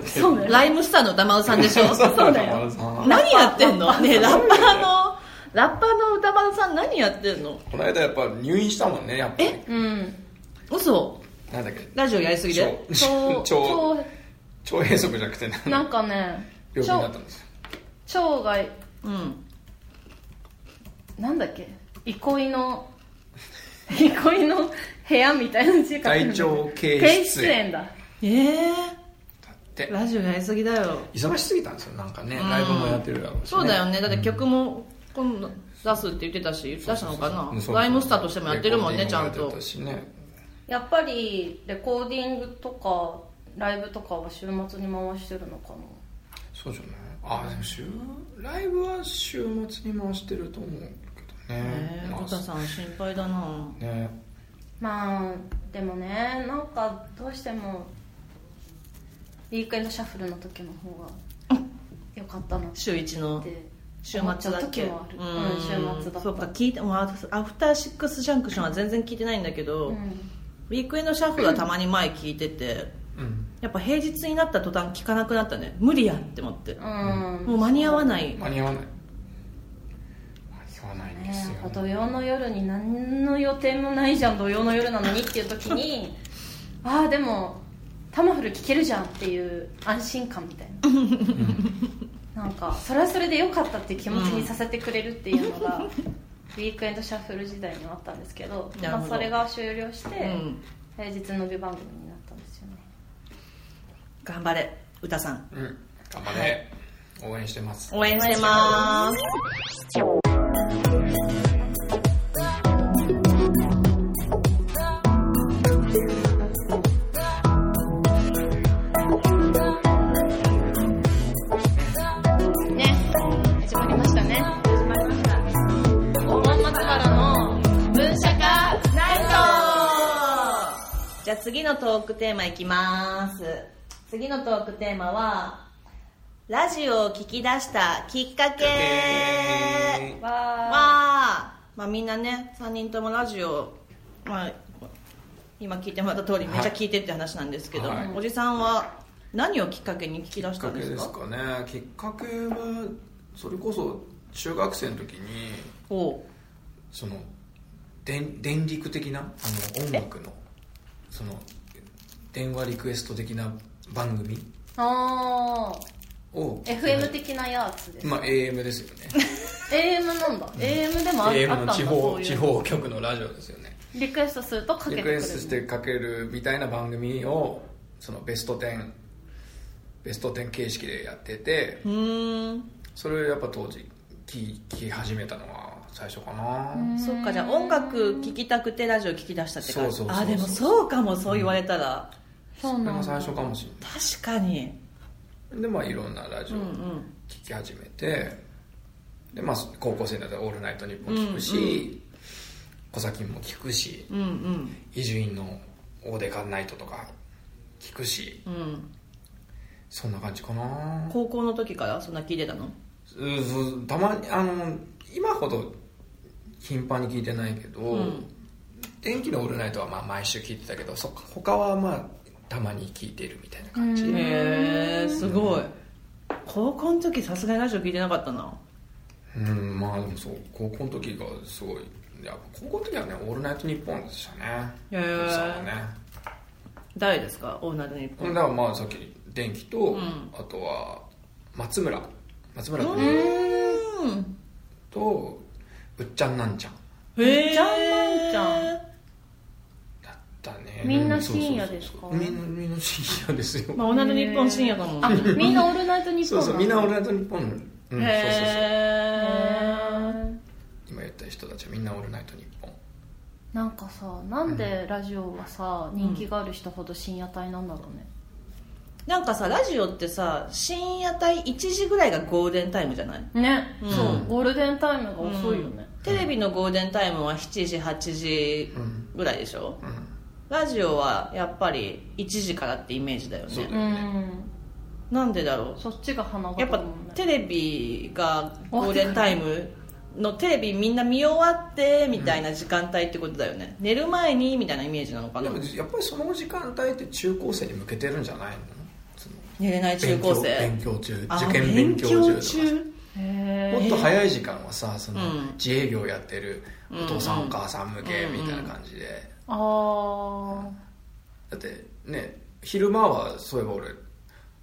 Speaker 3: そうだよ
Speaker 2: ライムスターの歌丸さん
Speaker 1: <laughs>
Speaker 2: でしょ
Speaker 3: そうだよ
Speaker 2: 何やってんのねえラッパーのラッパーの歌丸さん何やってんの
Speaker 1: この間やっぱ入院したもんね、やっぱり。
Speaker 3: うん
Speaker 2: 嘘
Speaker 1: なんだっけ。
Speaker 2: ラジオやりすぎで
Speaker 1: 超、 <laughs> 超、
Speaker 3: 腸
Speaker 1: 超閉塞じゃなくて、なんか
Speaker 3: なんかね
Speaker 1: 病気になったんですよ。
Speaker 3: 腸が
Speaker 2: うん
Speaker 3: なんだっけ憩いの <laughs> 憩いの部屋みたいな時間
Speaker 1: 体調
Speaker 3: <laughs>
Speaker 1: 経
Speaker 3: 経
Speaker 1: 出
Speaker 3: 出
Speaker 1: 演
Speaker 3: 演だ
Speaker 2: ええ
Speaker 1: だって
Speaker 2: ー、ラジオやりすぎだよ
Speaker 1: 忙しすぎたんですよなんかねライブもやってるだろうし、ね、
Speaker 2: そうだよねだって曲も今度出すって言ってたし出したのかな
Speaker 1: そうそう
Speaker 2: ライムスターとしてもやってるもんね
Speaker 1: レ
Speaker 2: ち
Speaker 1: コ
Speaker 2: ゃ
Speaker 1: ー
Speaker 2: ん
Speaker 1: ディングもやっ
Speaker 2: と
Speaker 1: てたしね
Speaker 3: やっぱりレコーディングとかライブとかは週末に回してるのかな
Speaker 1: そうじゃないあでも週ライブは週末に回してると思うけどね
Speaker 2: ええ
Speaker 1: まあ
Speaker 2: コタさん心配だな
Speaker 1: ね
Speaker 3: まあでもねなんかどうしてもウィークエンドシャッフルの時の方がよかったなって
Speaker 2: 週一の週末
Speaker 3: 思っちゃう
Speaker 2: だけ
Speaker 3: 時もあるうん週末だった
Speaker 2: そうか聞いてもうアフアフターシックスジャンクションは全然聞いてないんだけど、
Speaker 3: う
Speaker 2: ウ
Speaker 3: ん
Speaker 2: ィークエンドシャッフルはたまに前聞いてて
Speaker 1: うん
Speaker 2: やっぱ平日になった途端聞かなくなったね無理やって思って、
Speaker 3: うん
Speaker 2: もう間に合わない
Speaker 1: 間に合わない間に合わないんで
Speaker 3: ね
Speaker 1: すよ、
Speaker 3: えなんか土曜の夜に何の予定もないじゃん土曜の夜なのにっていう時に <laughs> ああでもタマフル聴けるじゃんっていう安心感みたい
Speaker 1: <laughs>
Speaker 3: ななんかそれはそれで良かったっていう気持ちにさせてくれるっていう
Speaker 1: <laughs>
Speaker 3: のが、ウィークエンドシャッフル時代にはあったんですけど
Speaker 2: なる
Speaker 3: ま
Speaker 2: ほ
Speaker 3: あ、
Speaker 2: ど
Speaker 3: それが終了して、
Speaker 2: うん
Speaker 3: 平日の帯番組になったんですよね
Speaker 2: 頑張れ歌さん
Speaker 1: うん頑張れ応援してます
Speaker 2: 応援してます
Speaker 3: ね始まりましたね始まりました本松原の文社化ナイ
Speaker 2: じゃあ次のトークテーマいきます次のトークテーマはラジオを聞き出したきっかけ
Speaker 1: え
Speaker 3: わ
Speaker 2: は、まあ、みんなね3人ともラジオ、まあ、今聞いてもらった通り
Speaker 1: はい
Speaker 2: めっちゃ聞いてって話なんですけど、
Speaker 1: はい
Speaker 2: おじさんは何をきっかけに聞き出
Speaker 1: き
Speaker 2: し
Speaker 1: ったか
Speaker 2: ん
Speaker 1: け
Speaker 2: です
Speaker 1: で
Speaker 2: か
Speaker 1: すかねきっかけはそれこそ中学生の時に
Speaker 2: おう
Speaker 1: その電電力的なあの音楽のその電話リクエスト的な番組
Speaker 3: ーあー
Speaker 1: を
Speaker 3: FM 的なやつです、
Speaker 1: まあ AM ですよね
Speaker 3: AM なんだ、AM でも <laughs> あ
Speaker 1: AM
Speaker 3: あった
Speaker 1: の地
Speaker 3: んだそ
Speaker 1: 方
Speaker 3: ういう
Speaker 1: 地方局のラジオですよね
Speaker 3: リクエストするとかけて
Speaker 1: リ
Speaker 3: く
Speaker 1: ク
Speaker 3: れ
Speaker 1: エ
Speaker 3: る
Speaker 1: ストしてかけるみたいな番組をそのベスト10ベスト10形式でやってて
Speaker 2: ーん
Speaker 1: それをやっぱ当時聞き聞き始めたのが最初かな
Speaker 2: そっかじゃあ音楽聴きたくてラジオ聴き出したって感じ
Speaker 1: そうそうそうそう
Speaker 2: あでもそうかもそう言われたら、
Speaker 3: そう
Speaker 1: それ
Speaker 3: な
Speaker 1: が
Speaker 3: ん
Speaker 1: 最
Speaker 3: だ
Speaker 1: 初かもしれ
Speaker 2: 確かに
Speaker 1: ないでまあいろんなラジオ
Speaker 2: うんう
Speaker 1: 聞
Speaker 2: ん
Speaker 1: き始めてでまあ高校生になったら「オールナイトニッポン」聞くし「コサキン」も聞くし
Speaker 2: うんうん
Speaker 1: 伊集院の「オーデカンナイト」とか聞くし
Speaker 2: うん
Speaker 1: そんな感じかな
Speaker 2: 高校の時からそんな聞いてたの
Speaker 1: うんそうたまにあの今ほど頻繁に聞いてないけど、
Speaker 2: ん
Speaker 1: 天気のオールナイトはまあ毎週聞いてたけどそっか他はまあたまに聞いてるみたいな感じ、うん
Speaker 2: へえすごい高校の時さすがにラジオ聞いてなかったな
Speaker 1: まあでもそう高校の時がすごいやっぱ高校の時はねオールナイトニッポンでしたね
Speaker 2: へー
Speaker 1: おじさんはね
Speaker 2: 誰ですかオールナイトニッ
Speaker 1: だ
Speaker 2: ポ
Speaker 1: か
Speaker 2: ン
Speaker 1: らまあさっき電気と、
Speaker 2: ん
Speaker 1: あとは松村松村
Speaker 2: う
Speaker 1: 君
Speaker 2: ーん
Speaker 1: とうっちゃんなんちゃん
Speaker 2: へ
Speaker 3: めっちゃうまいじゃ
Speaker 1: だったね
Speaker 3: みんな
Speaker 1: うそうそうそう
Speaker 3: 深夜ですか
Speaker 1: みんなみんな深夜ですよ
Speaker 2: まあオールナイトニッポン深夜だもん
Speaker 3: あみんなオールナイトニッポ
Speaker 1: そ
Speaker 3: ン
Speaker 1: う
Speaker 3: だ
Speaker 1: そう、みんなオールナイトニッポン。うん、そうそうそう。
Speaker 3: へー
Speaker 1: 今言った人たちはみんなオールナイトニッポン。
Speaker 3: なんかさなんでラジオはさ、人気がある人ほど深夜帯なんだろうね、
Speaker 2: なんかさラジオってさ深夜帯1時ぐらいがゴールデンタイムじゃない
Speaker 3: ね、
Speaker 2: うん
Speaker 3: そうゴールデンタイムが遅いよね、
Speaker 2: テレビのゴールデンタイムは7時8時ぐらいでしょ、
Speaker 1: うん。
Speaker 2: ラジオはやっぱり1時からってイメージだよ
Speaker 1: そう
Speaker 2: ね
Speaker 1: だ
Speaker 3: う
Speaker 1: よ
Speaker 3: ん
Speaker 1: ね。
Speaker 2: なんでだろ
Speaker 3: そっちが花
Speaker 2: うや
Speaker 3: 形
Speaker 2: っ
Speaker 3: だ
Speaker 2: ぱ
Speaker 3: もんね
Speaker 2: テレビがゴールデンタイムのテレビみんな見終わってみたいな時間帯ってことだよね、寝る前にみたいなイメージなのか
Speaker 1: で
Speaker 2: な
Speaker 1: も、やっぱりその時間帯って中高生に向けてるんじゃないのその
Speaker 2: 寝れない中高生
Speaker 1: 勉強勉強中、
Speaker 2: あ
Speaker 1: 受験勉強中と
Speaker 2: 勉
Speaker 1: かさ
Speaker 3: へ
Speaker 1: も
Speaker 3: ー
Speaker 1: っと早い時間はさ、その
Speaker 2: うん
Speaker 1: 自営業やってるお父さ
Speaker 2: うん
Speaker 1: ん
Speaker 2: う
Speaker 1: お
Speaker 2: ん
Speaker 1: 母さん向けみたいな感じで。
Speaker 3: あ
Speaker 1: だってね、昼間はそういえば俺、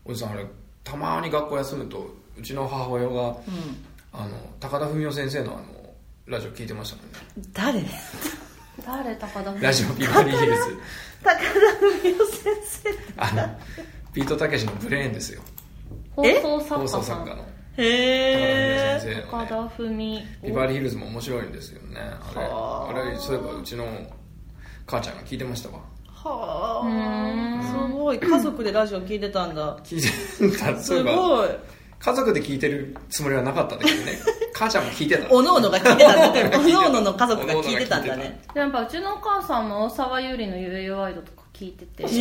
Speaker 1: おじさんあれ、たまに学校休むと、うちの母親が、あの、高田文雄先生のあの、ラジオ聞いてましたもんね。
Speaker 2: うん誰
Speaker 3: あ誰高田
Speaker 1: ラジオビバリーヒルズ。
Speaker 2: 高田文夫先
Speaker 1: あの、ビートたけしのブレーンですよ。
Speaker 3: 放
Speaker 2: え
Speaker 3: 送作
Speaker 1: 放
Speaker 3: 家
Speaker 1: 送
Speaker 3: さ
Speaker 1: 作
Speaker 3: ん
Speaker 1: 家の。
Speaker 2: 生へえ
Speaker 1: 先生
Speaker 3: 高
Speaker 1: の、ね。
Speaker 3: 田文夫
Speaker 1: ビバリーヒルズも面白いんですよね。あれ、あれ、そういえばうちの母ちゃんが聞いてましたわ。
Speaker 2: はあ
Speaker 3: うーん
Speaker 2: すごい家族でラジオ聞いてたんだ
Speaker 1: 聞いてた。そうい
Speaker 2: す
Speaker 1: えば、
Speaker 2: ごい
Speaker 1: 家族で聞いてるつもりはなかったんだけどね。母ちゃんも聞いてた。
Speaker 2: おのおのが聞いてたんだねお <laughs> のおのの家族が聞いてたんだね
Speaker 3: でもやっぱうちのお母さんも大沢優里の「ゆうゆうワイド」とか聞いてて、
Speaker 2: へ
Speaker 3: うん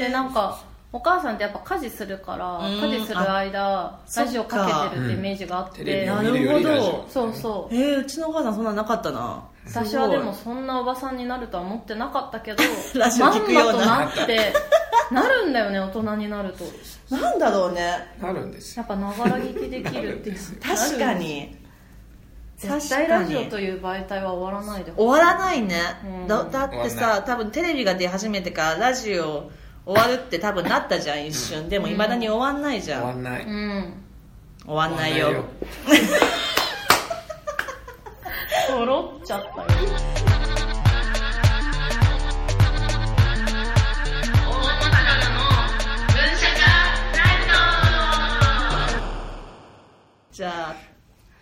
Speaker 3: で
Speaker 2: え
Speaker 3: なんかお母さんってやっぱ家事するから
Speaker 2: うん
Speaker 3: 家事する間
Speaker 2: そっか
Speaker 3: ラジオかけてるってイメージがあっ
Speaker 1: テ
Speaker 3: て、
Speaker 1: レビを
Speaker 2: な
Speaker 1: 見るよりラジオ。
Speaker 3: そうそう
Speaker 2: えー、うちのお母さんそんなのなかったな
Speaker 3: 私はでも
Speaker 2: す
Speaker 3: そんなおばさんになるとは思ってなかったけど
Speaker 2: <laughs> ラジオ聞くように
Speaker 3: ま
Speaker 2: な
Speaker 3: んまとなってなるんだよね大人になると
Speaker 2: ごいなんだろうね
Speaker 1: なるんです
Speaker 3: や
Speaker 1: よ。
Speaker 3: っぱながら聞きできるっていう
Speaker 2: <laughs> 確かに
Speaker 3: 絶対ラジオと
Speaker 2: 確かに
Speaker 3: いう媒体は終わらないでほしい
Speaker 2: 終わらないね、
Speaker 3: うん
Speaker 2: だだって
Speaker 1: 終わらな
Speaker 2: さ多分テレビが出始めてからラジオ終わるって多分なったじゃん一瞬でもいまだに終わんないじ
Speaker 1: 終
Speaker 2: ゃん、
Speaker 1: わんない。
Speaker 3: うん
Speaker 2: 終わんないよ
Speaker 1: 終わん
Speaker 3: 揃っちゃったよ
Speaker 2: じゃあ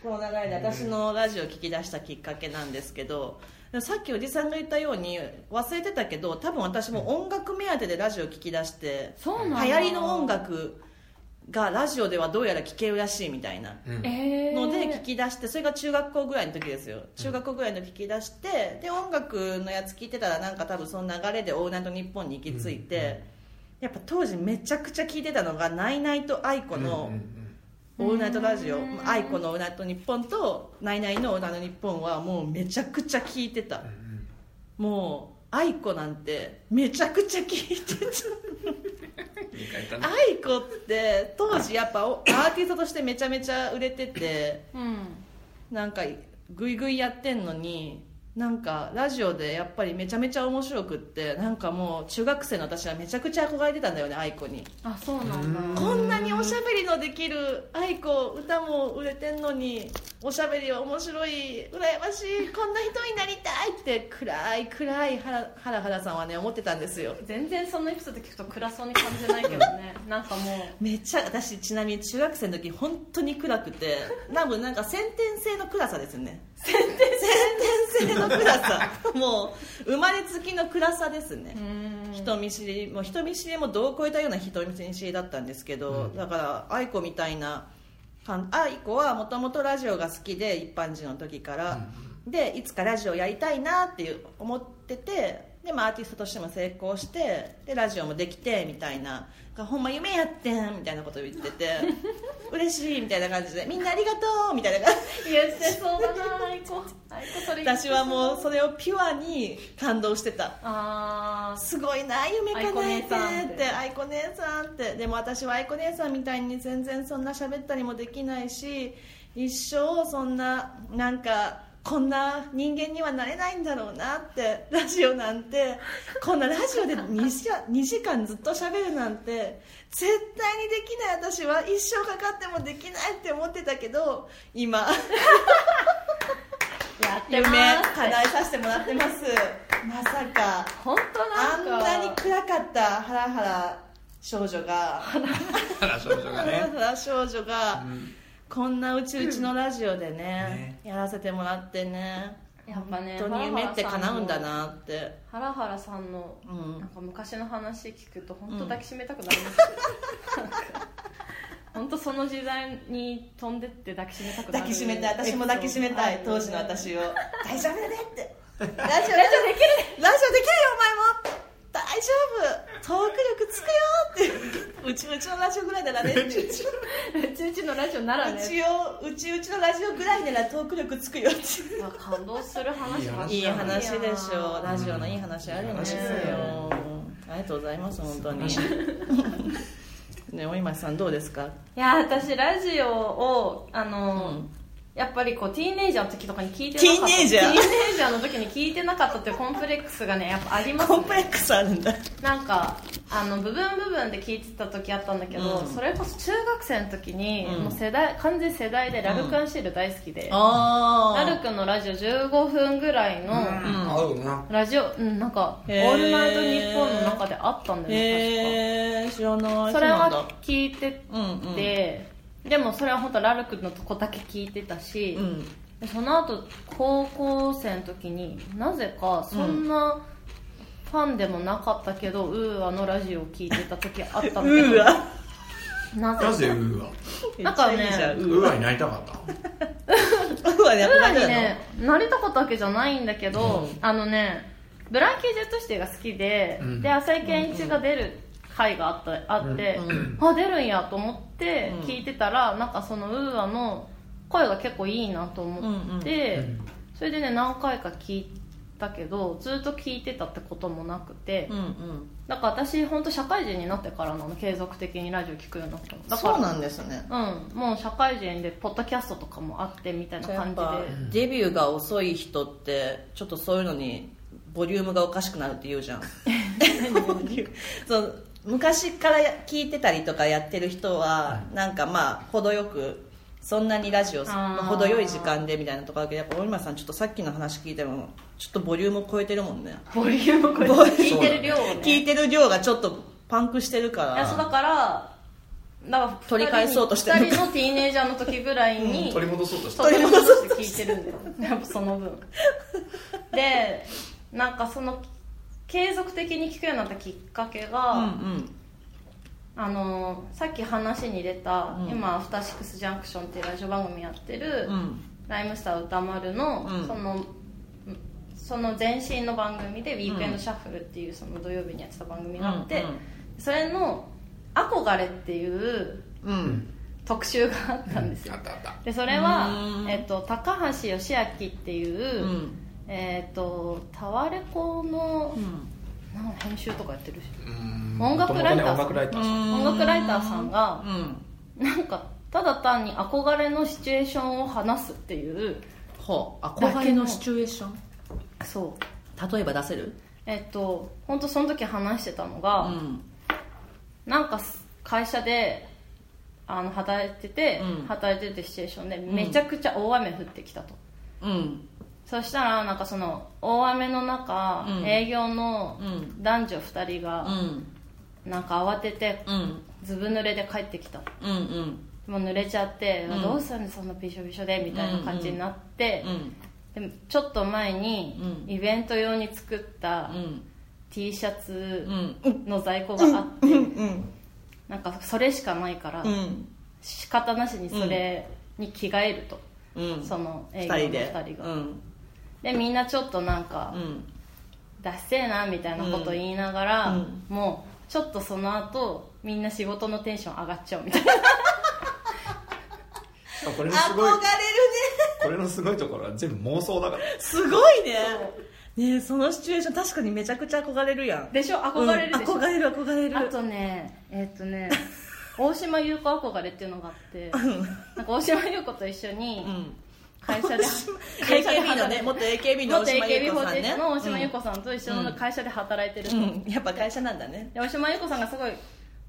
Speaker 2: この流れで私のラジオを聞き出したきっかけなんですけどでもさっきおじさんが言ったように忘れてたけど多分私も音楽目当てでラジオを聞き出して
Speaker 3: そうなん
Speaker 2: 流
Speaker 3: だ
Speaker 2: 行りの音楽がラジオではどうやら聴けるらしいみたいな
Speaker 1: うん
Speaker 3: えー、
Speaker 2: ので聞き出してそれが中学校ぐらいの時ですよ中学校ぐらいの聞き出してで音楽のやつ聞いてたらなんか多分その流れで「オールナイトニッポン」に行き着いて、やっぱ当時めちゃくちゃ聞いてたのが「ナイナイとアイコ
Speaker 1: う
Speaker 2: の
Speaker 1: んうん
Speaker 2: 「オールナイトラジオ
Speaker 3: う」ん
Speaker 2: アイコの「オールナイトニッポン」と「ナイナイの「オールナイトニッポン」はもうめちゃくちゃ聞いてた
Speaker 1: うんうん
Speaker 2: もうアイコなんてめちゃくちゃ聞いて
Speaker 1: <laughs>
Speaker 2: た
Speaker 1: いい回だな
Speaker 2: <laughs> アイコって当時やっぱおアーティストとしてめちゃめちゃ売れてて
Speaker 3: うん
Speaker 2: なんかグイグイやってんのになんかラジオでやっぱりめちゃめちゃ面白くってなんかもう中学生の私はめちゃくちゃ憧れてたんだよねアイコに
Speaker 3: あそうなんだ
Speaker 1: うん
Speaker 2: こんなにおしゃべりのできる愛子歌も売れてんのにおしゃべりは面白い羨ましいこんな人になりたいって暗い暗いハラハラハラさんはね思ってたんですよ
Speaker 3: 全然そのエピソード聞くと暗そうに感じないけど
Speaker 2: <laughs>
Speaker 3: ねなんかもう
Speaker 2: めっちゃ私ちなみに中学生の時本当に暗く <laughs> て多分なんか先天性の暗さですね先天性の暗さもう生まれつきの暗さですね、
Speaker 3: うーん
Speaker 2: 人見知りもう人見知りも度を超えたような人見知りだったんですけど、
Speaker 1: うん
Speaker 2: だから愛子みたいな感愛子はもともとラジオが好きで一般人の時から、でいつかラジオやりたいなっていう思っててで、まあ、アーティストとしても成功してでラジオもできてみたいながほんま夢やってんみたいなことを言ってて嬉しいみたいな感じでみんなありがとうみたいな感じ
Speaker 3: 言ってそうだな愛子愛子そ
Speaker 2: で
Speaker 3: れ言って
Speaker 2: 私
Speaker 3: そう
Speaker 2: はもうそれをピュアに感動してた
Speaker 3: あ
Speaker 2: すごいな夢叶えて
Speaker 3: 愛子姉さん
Speaker 2: っ
Speaker 3: っ
Speaker 2: 愛子姉さんっ
Speaker 3: てて
Speaker 2: てでも私は愛子姉さんみたいに全然そんな喋ったりもできないし一生そんななんかこんな人間にはなれないんだろうなってラジオなんてこんなラジオで 2, 時間2時 <laughs> 間ずっと喋るなんて絶対にできない私は一生かかってもできないって思ってたけど今
Speaker 3: ーやって
Speaker 2: 夢
Speaker 3: ます
Speaker 2: 叶えさせてもらってますまさか
Speaker 3: 本当
Speaker 2: あ
Speaker 3: なん
Speaker 2: ん
Speaker 3: か
Speaker 2: なに暗かったハラハラ少女がハラ
Speaker 1: あら少女がね
Speaker 2: ハラ少女が
Speaker 1: うん
Speaker 2: こんなうちうちのラジオでね
Speaker 1: ね
Speaker 2: やらせてもらってね
Speaker 3: やっぱね
Speaker 2: 本当に夢って
Speaker 3: ハラ
Speaker 2: 叶
Speaker 3: ハラ
Speaker 2: う
Speaker 3: さんの
Speaker 2: んだなって
Speaker 3: ハラハラさんの
Speaker 2: う
Speaker 3: なん
Speaker 2: ん
Speaker 3: か昔の話聞くと本
Speaker 2: う
Speaker 3: 当
Speaker 2: ん
Speaker 3: 抱きしめたくなります、本当その時代に飛んでって抱きしめたくなる
Speaker 2: 抱きしめたい私も抱きしめたい当時の
Speaker 3: を
Speaker 2: 私を「大丈夫だね」って「ラジオラジオできるラジオできるよお前も」大丈夫トーク力つくよってうちうちのラジオぐらいならねうちうちの
Speaker 3: うちうちのラジオなら
Speaker 2: う
Speaker 3: ね
Speaker 2: ちをうちうちのラジオぐらいならトーク力つくよって
Speaker 3: うわ感動する話ばっかり
Speaker 2: いい
Speaker 3: や
Speaker 2: 話でしょう。ラジオのいい話あるんですよ。ありがとうございます本当に。 <laughs> ねお今さんどうですか。
Speaker 3: いや私ラジオをあの、
Speaker 2: うん
Speaker 3: やっぱりこうティーンエイジャーの時とかに聞いてなかった
Speaker 2: ティーンエイジャー
Speaker 3: ティーンエイジャーの時に聞いてなかったっていうコンプレックスがねやっぱありますね
Speaker 2: コンプレックスあるんだ。
Speaker 3: なんかあの部分部分で聞いてた時あったんだけど、
Speaker 2: うん
Speaker 3: それこそ中学生の時に、
Speaker 2: うん
Speaker 3: もう世代完全世代でラルクアンシール大好きで、
Speaker 2: あ
Speaker 3: ラルクのラジオ15分ぐらいの、
Speaker 1: うん合うな
Speaker 3: ラジオ、うん、なんか「オ
Speaker 2: へー
Speaker 3: ールナイトニッポン」の中であったんだよね、
Speaker 2: えー、知らない。
Speaker 3: 確かそれ
Speaker 2: そうなん
Speaker 3: は
Speaker 2: だ
Speaker 3: 聞いて
Speaker 2: うんうん。
Speaker 3: て、でもそれは本当ラルクのとこだけ聞いてたし、
Speaker 2: うん。
Speaker 3: でその後高校生の時になぜかそんなファンでもなかったけど、ウーアのラジオを聞いてた時あったんだけど
Speaker 2: <laughs> うーわ。
Speaker 3: なぜ
Speaker 1: なぜウーは
Speaker 3: なんかね
Speaker 2: めっちゃいいじゃん
Speaker 1: ウー
Speaker 2: うわ。
Speaker 1: アになりたかった
Speaker 2: うわね。やっ
Speaker 3: ウー
Speaker 2: ぱ
Speaker 3: ア
Speaker 2: な
Speaker 3: に
Speaker 2: るの
Speaker 3: ねなりたかったわけじゃないんだけど、あのねブランキー・ジェットシティが好きで、
Speaker 1: うん
Speaker 3: で浅井健一が出る回があった、あって、あ出るんやと思って
Speaker 2: うん
Speaker 3: 聞いてたら、なんかそのウーアの声が結構いいなと思って、
Speaker 1: うんうん
Speaker 3: それでね何回か聞いたけどずっと聞いてたってこともなくて、
Speaker 2: うんうん。
Speaker 3: だから私本当社会人になってからなの継続的にラジオ聞くようになったのだから
Speaker 2: そうなんですね。
Speaker 3: うん、もう社会人でポッドキャストとかもあってみたいな
Speaker 2: やっ
Speaker 3: 感じで
Speaker 2: ぱデビューが遅い人ってちょっとそういうのにボリュームがおかしくなるって言うじ
Speaker 3: <laughs>
Speaker 2: ゃんそう昔からや聞いてたりとかやってる人はなんかまあ程よくそんなにラジオ
Speaker 3: ー
Speaker 2: まあ程よい時間でみたいなとこあるけどやっぱ大今さんちょっとさっきの話聞いてもちょっとボリュームを超えてるもんね
Speaker 3: ボリュームを
Speaker 2: ボ
Speaker 3: 超
Speaker 2: リ
Speaker 3: え
Speaker 2: ューム
Speaker 3: て聞いてる量を、ね、
Speaker 2: 聞いてる量がちょっとパンクしてるか
Speaker 3: いやそうだ
Speaker 2: ら
Speaker 3: からだから
Speaker 2: 取り返そうとしてる
Speaker 3: 2人のティーンエイジャーの時ぐらいに、
Speaker 1: 取り戻そうとした
Speaker 3: 取り戻して聞いてるんだよやっぱその分でなんかその継続的に聞くようになったきっかけが、
Speaker 2: うんうん
Speaker 3: あのさっき話に出た、
Speaker 2: うん
Speaker 3: 今「アフターシックスジャンクション」っていうラジオ番組やってる、
Speaker 2: うん
Speaker 3: ライムスター歌丸の、
Speaker 2: うん
Speaker 3: そのその前身の番組で「ウィークエンドシャッフル」っていうその土曜日にやってた番組があって、
Speaker 2: うんうん
Speaker 3: それの「憧れ」っていう
Speaker 2: うん
Speaker 3: 特集があったんですよ
Speaker 1: あったあった
Speaker 3: でそれは
Speaker 2: う、ん
Speaker 3: えっと、高橋義明って
Speaker 2: う
Speaker 3: いう、
Speaker 2: ん
Speaker 3: えっとタワレコの
Speaker 2: うん
Speaker 3: なんか編集とかやってるし
Speaker 1: うん
Speaker 3: 音楽ライターさん
Speaker 1: 元々ね音楽ライターさん
Speaker 3: 音楽ライターさんが
Speaker 2: うん
Speaker 3: なんかただ単に憧れのシチュエーションを話すっていう
Speaker 2: ほう憧れのシチュエーション
Speaker 3: そう
Speaker 2: 例えば出せる
Speaker 3: えっと本当その時話してたのが、
Speaker 2: うん
Speaker 3: なんかす会社であの働いてて、
Speaker 2: うん
Speaker 3: 働いててシチュエーションで
Speaker 2: ん
Speaker 3: めちゃくちゃ大雨降ってきたと、
Speaker 2: うん
Speaker 3: そしたらなんかその大雨の中、
Speaker 2: うん
Speaker 3: 営業の
Speaker 2: うん
Speaker 3: 男女2人
Speaker 2: う
Speaker 3: が
Speaker 2: ん
Speaker 3: なんか慌てて
Speaker 2: うん
Speaker 3: ずぶ濡れで帰ってきた
Speaker 2: うんうん
Speaker 3: もう濡れちゃって、
Speaker 2: うん
Speaker 3: どうするんそんなびしょびしょでみたいな感じになって
Speaker 2: う、ん
Speaker 3: でもちょっと前に
Speaker 2: うん
Speaker 3: イベント用に作った
Speaker 2: うん
Speaker 3: T シャツ
Speaker 2: うん
Speaker 3: の在庫があって、
Speaker 2: うん
Speaker 3: なんかそれしかないから、
Speaker 2: うん
Speaker 3: 仕方なしにそれに着替えると、
Speaker 2: うん
Speaker 3: その営業
Speaker 2: 2人
Speaker 3: の2
Speaker 2: で
Speaker 3: 人が、
Speaker 2: うん
Speaker 3: でみんなちょっとなんか
Speaker 2: う、ん
Speaker 3: ダッセーなみたいなこと言いながら、
Speaker 2: うん
Speaker 3: もうちょっとその後みんな仕事のテンション上がっちゃうみ
Speaker 2: <laughs>
Speaker 3: たいな
Speaker 1: しかもこれのす
Speaker 2: 憧
Speaker 1: ご
Speaker 2: れ
Speaker 1: い
Speaker 2: るね
Speaker 1: これのすごいところは全部妄想だから
Speaker 2: すごいねねえそのシチュエーション確かにめちゃくちゃ憧れるやん
Speaker 3: でしょ憧れるでしょ、
Speaker 2: うん憧れる憧れる
Speaker 3: あとねえっ、とね大島優子憧れっていうのがあってなんか大島優子と一緒に
Speaker 2: うん
Speaker 3: 会社で、会社で
Speaker 2: AKB のね元 AKB の
Speaker 3: 元
Speaker 2: 大島優子さん
Speaker 3: AKB48
Speaker 2: ね
Speaker 3: の大島優子さんと一緒の会社で働いてると、
Speaker 2: うんやっぱ会社なんだね
Speaker 3: で大島優子さんがすごい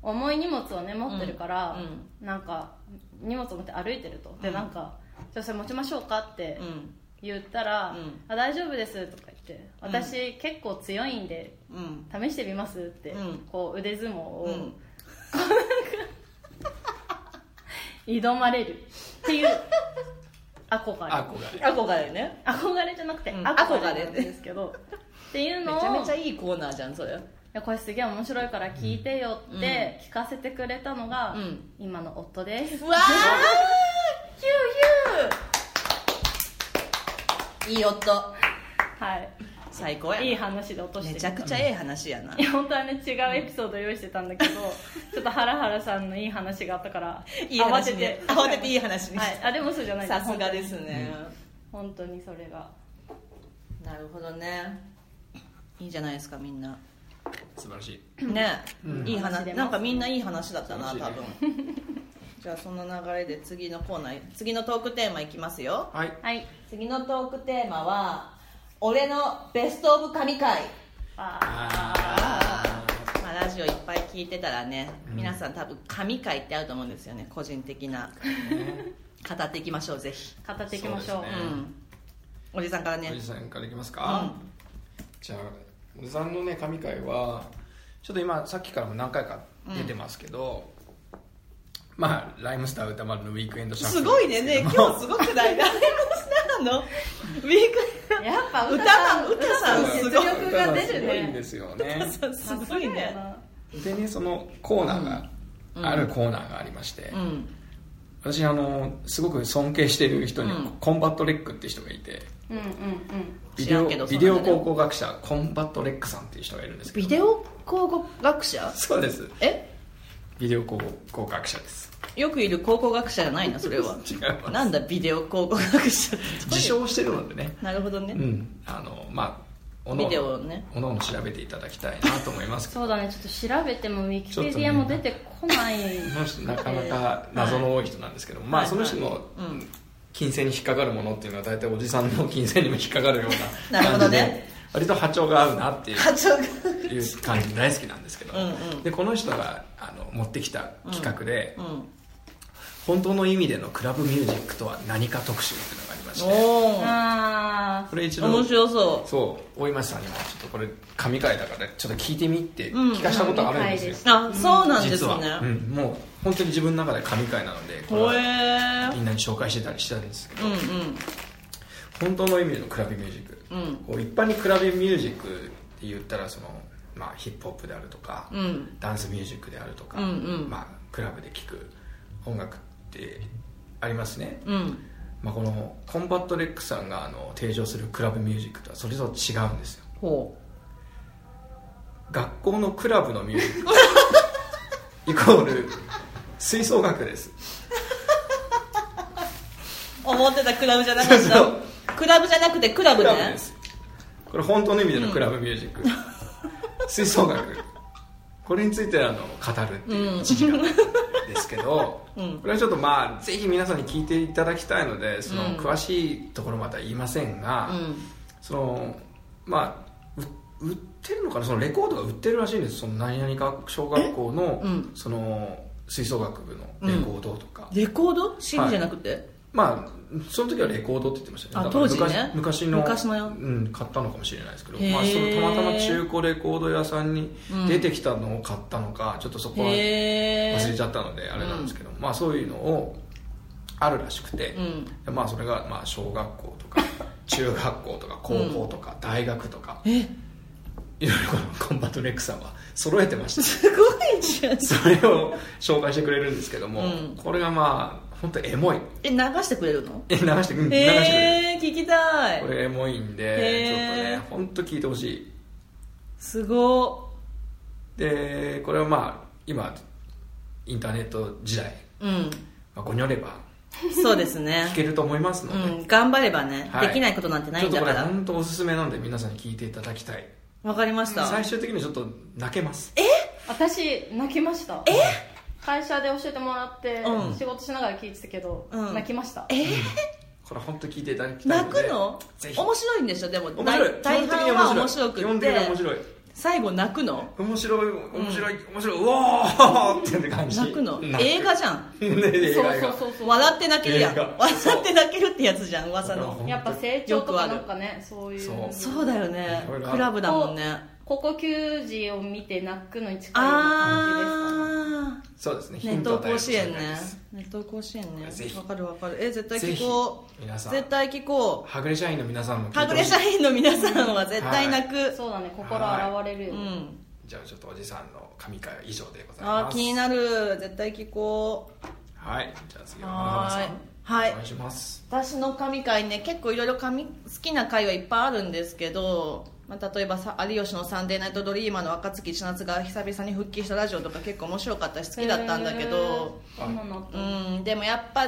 Speaker 3: 重い荷物をね持ってるから、
Speaker 2: うん
Speaker 3: なんか荷物を持って歩いてると、
Speaker 2: う
Speaker 3: で
Speaker 2: ん
Speaker 3: なんか「じゃあそれ持ちましょうか」って
Speaker 2: うん
Speaker 3: 言ったら「
Speaker 2: うん
Speaker 3: あ大丈夫です」とか言って「私、結構強いんで
Speaker 2: うん
Speaker 3: 試してみます」って、
Speaker 2: うん
Speaker 3: こう腕相撲を、
Speaker 2: うん
Speaker 3: 挑まれるっていう <laughs> 憧れ
Speaker 1: 憧れ
Speaker 2: 憧れね
Speaker 3: 憧れじゃなくて
Speaker 2: うん
Speaker 3: 憧
Speaker 2: 憧
Speaker 3: れ
Speaker 2: れ
Speaker 3: なんですけど、っていう
Speaker 2: め
Speaker 3: のを
Speaker 2: ちゃめちゃいいコーナーじゃんそれ
Speaker 3: いやこれすげえ面白いから聞いてよって聞かせてくれたのが、
Speaker 2: うん
Speaker 3: 今の夫です、
Speaker 2: わーヒューヒューいい音
Speaker 3: はい
Speaker 2: 最高や
Speaker 3: いい話で落として
Speaker 2: め
Speaker 3: み
Speaker 2: ち
Speaker 3: た
Speaker 2: ゃくちゃええ話や <laughs> ない
Speaker 3: や本当はね違うエピソード用意してたんだけ
Speaker 2: <laughs>
Speaker 3: ど、ちょっとハラハラさんのいい話があったから
Speaker 2: いい話
Speaker 3: 慌て
Speaker 2: に
Speaker 3: て
Speaker 2: 慌てていい話に
Speaker 3: はい、あでもそうじゃない
Speaker 2: さすがですね
Speaker 3: 本当に本当にそれが
Speaker 2: なるほどねいいじゃないですかみんな
Speaker 1: 素晴らしい
Speaker 2: ね
Speaker 1: うん
Speaker 2: いい
Speaker 3: 話
Speaker 2: 話
Speaker 3: 出ます
Speaker 2: なんかみんないい話だったな
Speaker 1: 楽しい
Speaker 2: 多
Speaker 1: ね
Speaker 2: 分じゃあその流れで次のコーナー次のトークテーマいきますよ
Speaker 1: はい
Speaker 3: はい
Speaker 2: 次のトークテーマは「俺のベスト・オブ神回
Speaker 3: あ
Speaker 1: あ」
Speaker 2: まあ、ラジオいっぱい聞いてたらね、
Speaker 1: うん
Speaker 2: 皆さん多分神回ってあると思うんですよね個人的な
Speaker 1: ーね
Speaker 2: 語っていきましょうぜひ、
Speaker 3: ー語っていきましょう
Speaker 1: そうです
Speaker 2: う
Speaker 1: ね
Speaker 2: ん、おじさんからね
Speaker 1: おじさんからいきますか、じゃあおじさんのね神回はちょっと今さっきからも何回か出てますけど、まあライムスター歌丸のウィークエンドシャッフ
Speaker 2: す
Speaker 1: ル
Speaker 2: ごい
Speaker 1: <laughs>
Speaker 2: ねね
Speaker 1: ですけど
Speaker 2: 今日すごくないライブスターのウィーク
Speaker 3: やっぱ
Speaker 2: 歌
Speaker 3: 歌
Speaker 2: さ
Speaker 3: さ
Speaker 2: ん
Speaker 3: ん
Speaker 2: 歌さん
Speaker 3: 歌
Speaker 2: すご
Speaker 3: の
Speaker 2: い
Speaker 3: 実力が出る
Speaker 1: すごいん
Speaker 3: ね
Speaker 1: ですよね
Speaker 2: すごいね
Speaker 1: でねそのコーナーが、
Speaker 2: うん
Speaker 1: あるコーナーがありまして、
Speaker 2: うん
Speaker 1: 私あのすごく尊敬している人に、
Speaker 2: うん
Speaker 1: コンバットレックって人がいて
Speaker 3: うんうんうん
Speaker 1: ビ
Speaker 2: 知
Speaker 1: デ
Speaker 2: ら
Speaker 1: オ
Speaker 2: んけど
Speaker 1: ビデオ
Speaker 2: その名前
Speaker 1: 考古学者コンバットレックさんっていう人がいるんですけど
Speaker 2: ビデオ考古学者
Speaker 1: そうです
Speaker 2: え
Speaker 1: ビデオ考古学者です
Speaker 2: よくいる考古学者じゃないなそれは
Speaker 1: <laughs> 違います
Speaker 2: なんだビデオ考古学者って
Speaker 1: 自称してるのでね
Speaker 2: なるほど
Speaker 1: う
Speaker 2: ね、
Speaker 1: んあのまあおの
Speaker 2: ビ
Speaker 1: お
Speaker 2: デオ
Speaker 1: の
Speaker 2: をね
Speaker 1: おのおの調べていただきたいなと思いますけ
Speaker 3: そうだねちょっと調べてもウィキペディアも出てこない、
Speaker 1: <laughs> どこの人なかなか謎の多い人なんですけど、まあ
Speaker 2: はい
Speaker 1: その人の
Speaker 2: うん
Speaker 1: 金銭に引っかかるものっていうのは大体おじさんの金銭にも引っかかるような
Speaker 2: <laughs> なる
Speaker 1: 感
Speaker 2: ほど
Speaker 1: じ
Speaker 2: ね
Speaker 1: で割と波長が合うなっていう
Speaker 2: 課長が
Speaker 1: いう感じ大好きなんですけど
Speaker 2: うんうん
Speaker 1: でこの人があの持ってきた企画で
Speaker 2: うん
Speaker 1: 本当の意味でのクラブミュージックとは何か特集っていうのがありまして
Speaker 2: おー
Speaker 3: あ
Speaker 1: これ一度
Speaker 2: 面白そ
Speaker 1: そう大今さんにもちょっとこれ神回だからちょっと聞いてみって
Speaker 2: うん
Speaker 1: 聞かしたことあるんですよ、
Speaker 3: 神回です
Speaker 2: うあそうなんです
Speaker 1: 実
Speaker 2: ね
Speaker 1: は、うん、もう本当に自分の中で神回なのでこれ
Speaker 2: ほえ
Speaker 1: はみ
Speaker 2: ー
Speaker 1: んなに紹介してたりしたんですけど、
Speaker 2: うん
Speaker 1: 本当の意味でのクラブミュージック、
Speaker 2: うん
Speaker 1: こう一般にクラブミュージックって言ったらその、まあ、ヒップホップであるとか、
Speaker 2: うんうん
Speaker 1: ダンスミュージックであるとか、
Speaker 2: うんうん
Speaker 1: まあ、クラブで聴く音楽ってありますね、
Speaker 2: うん
Speaker 1: まあ、このコンバットレックさんがあの提唱するクラブミュージックとはそれぞれ違うんですよ
Speaker 2: ほ
Speaker 1: 学校のクラブのミュージック
Speaker 2: <laughs>
Speaker 1: イコール吹奏楽です
Speaker 2: 思ってたクラブじゃなかっ
Speaker 1: そうそう
Speaker 2: たクラブじゃなくてクラブ
Speaker 1: ク
Speaker 2: ね
Speaker 1: ラブですこれ本当の意味でのクラブミュー
Speaker 2: <laughs>
Speaker 1: ジック、吹奏楽これについてあの語るっていう1時間ですけど、
Speaker 2: <laughs> うん
Speaker 1: これはちょっとまあぜひ皆さんに聞いていただきたいのでその
Speaker 2: うん
Speaker 1: 詳しいところまでは言いませんが、
Speaker 2: う
Speaker 1: そのまあう売ってるのかなそのレコードが売ってるらしいんですその何々学小学校の、
Speaker 2: えうん
Speaker 1: その吹奏楽部のレコードとか、
Speaker 2: んレコード ?CD
Speaker 1: はい
Speaker 2: じゃなくて、
Speaker 1: まあその時はレコードって言ってましたね
Speaker 2: あ
Speaker 1: だから
Speaker 2: 当時ね
Speaker 1: 昔昔の
Speaker 2: 昔のよ
Speaker 1: うん、買ったのかもしれないですけど、
Speaker 2: へー
Speaker 1: まあ、そのたまたま中古レコード屋さんに
Speaker 2: うん
Speaker 1: 出てきたのを買ったのか、ちょっとそこは忘
Speaker 2: へえ
Speaker 1: れちゃったのであれなんですけど、まあそういうのをあるらしくて、
Speaker 2: うん
Speaker 1: でまあそれがまあ小学校
Speaker 2: <laughs>
Speaker 1: とか中学校とか高校とか大学とか、
Speaker 2: え
Speaker 1: いろいろこのコンバットレックさんは揃えてました
Speaker 2: すごいじゃん
Speaker 1: それを紹介してくれるんですけども、
Speaker 2: うん
Speaker 1: これがまあ本当エモい
Speaker 2: え流してくれるの
Speaker 1: 流してうん流してくれる、
Speaker 2: えー、聞きたい
Speaker 1: これエモいんで、
Speaker 2: へ
Speaker 1: ちょ
Speaker 2: ー
Speaker 1: っとね本当聞いてほしい
Speaker 2: すご
Speaker 1: でこれはまあ今インターネット時代、
Speaker 2: いうん
Speaker 1: まあ、ごにょれば
Speaker 2: そうですね
Speaker 1: 聞けると思いますの
Speaker 2: う
Speaker 1: で、
Speaker 2: ん頑張ればね、
Speaker 1: はい
Speaker 2: できないことなんてな
Speaker 1: ち
Speaker 2: い
Speaker 1: ょ
Speaker 2: ん
Speaker 1: っと
Speaker 2: だ
Speaker 1: こ
Speaker 2: か
Speaker 1: れ
Speaker 2: ら
Speaker 1: 本当おすすめなんで皆さんに聞いていただきたい
Speaker 2: わかりました
Speaker 1: 最終的にちょっと泣けます
Speaker 3: 私泣きましたえ会社で教えてもらって、
Speaker 2: うん
Speaker 3: 仕事しながら聞いてたけど、
Speaker 2: うん
Speaker 3: 泣きました
Speaker 2: えー
Speaker 1: これ本当聞いていただきたい
Speaker 2: 泣
Speaker 1: の
Speaker 2: く
Speaker 1: で
Speaker 2: の
Speaker 1: ぜひ
Speaker 2: 面白いんでしょでも
Speaker 1: 面白い
Speaker 2: 大大半は面白く
Speaker 1: 基本
Speaker 2: っ
Speaker 1: 的に面
Speaker 2: て
Speaker 1: 白い
Speaker 2: 最後泣くの
Speaker 1: 面白い面白い面白いうおーっていう感じ
Speaker 2: 泣くの
Speaker 1: 泣く
Speaker 2: 映画じゃん
Speaker 1: ね映
Speaker 3: そう
Speaker 1: 画映画
Speaker 3: そうそうそう
Speaker 2: 笑って泣けるやん
Speaker 1: 映画
Speaker 2: 笑って泣けるってやつじゃん
Speaker 1: そ
Speaker 2: 噂
Speaker 1: う
Speaker 2: の
Speaker 1: て
Speaker 3: やっぱ成長とかなんかねそういう
Speaker 1: そう
Speaker 2: そうだよね
Speaker 1: いろいろある
Speaker 2: クラブだもんね
Speaker 3: 高校球児を見て泣くのに近いような感
Speaker 2: あー
Speaker 1: そうですねヒ
Speaker 2: 熱
Speaker 1: ント
Speaker 2: 湯
Speaker 1: を与え
Speaker 2: 甲
Speaker 1: る
Speaker 2: 子園ね
Speaker 1: です
Speaker 2: 熱湯甲子園ね
Speaker 1: ぜひ
Speaker 2: わかるわかるえ絶対
Speaker 1: ぜ
Speaker 2: 聞
Speaker 1: ひ
Speaker 2: こう
Speaker 1: 皆さん
Speaker 2: 絶対聞こ
Speaker 1: はぐれ社員の皆さんも聞いうてほ
Speaker 2: は
Speaker 1: しい
Speaker 2: ぐれ社員の皆さんは絶対泣く、
Speaker 3: じですそうだね心洗われるよ
Speaker 2: う
Speaker 3: ね、
Speaker 2: ん
Speaker 1: じゃあちょっとおじさんの神回は以上でござい
Speaker 2: あ
Speaker 1: ま
Speaker 2: ー
Speaker 1: す
Speaker 2: 気になる絶対聞こう
Speaker 1: はいじゃあ次は
Speaker 2: は
Speaker 1: 花
Speaker 2: ーい
Speaker 1: さん
Speaker 2: はい
Speaker 1: お願いします
Speaker 2: 私の神回ね結構いろいろ神好きな回はいっぱいあるんですけど、まあ、例えばさ「有吉のサンデーナイトドリーマー」の若槻千夏が久々に復帰したラジオとか結構面白かったし好きだったんだけど
Speaker 3: へーそんなのあった
Speaker 2: うんでもやっぱ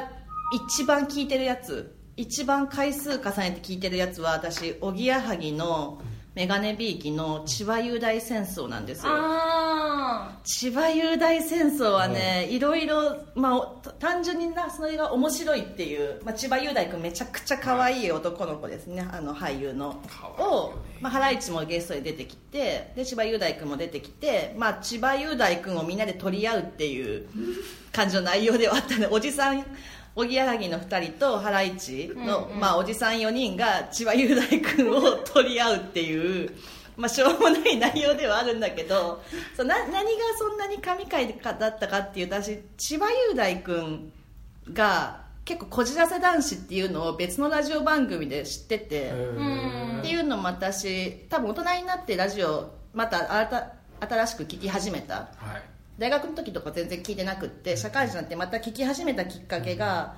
Speaker 2: 一番聞いてるやつ一番回数重ねて聞いてるやつは私おぎやはぎのメガネビーキの千葉雄大戦争なんですよ
Speaker 3: あ
Speaker 2: 千葉雄大戦争はね、いろいろ、まあお、単純になそれが面白いっていう、まあ、千葉雄大君めちゃくちゃ可愛い男の子ですね、あの俳優の
Speaker 1: 可愛いよ
Speaker 2: を
Speaker 1: ね、
Speaker 2: まあ、ハライチもゲストで出てきてで千葉雄大君も出てきて、まあ、千葉雄大君をみんなで取り合うっ
Speaker 1: <laughs>
Speaker 2: ていう感じの内容ではあったのでおじさんおぎやはぎの2人とハライチの、
Speaker 3: うんうん
Speaker 2: まあ、おじさん4人が千葉雄大君を取り合うって
Speaker 3: <laughs>
Speaker 2: いう、まあ、しょうもない内容ではあるんだけどそうな何がそんなに神回だったかっていうと私千葉雄大君が結構こじらせ男子っていうのを別のラジオ番組で知ってて。
Speaker 3: ん
Speaker 2: っていうのも私多分大人になってラジオまた新た新しく聞き始めた
Speaker 1: はい
Speaker 2: 大学の時とか全然聞いてなくって社会人になってまた聞き始めたきっかけが、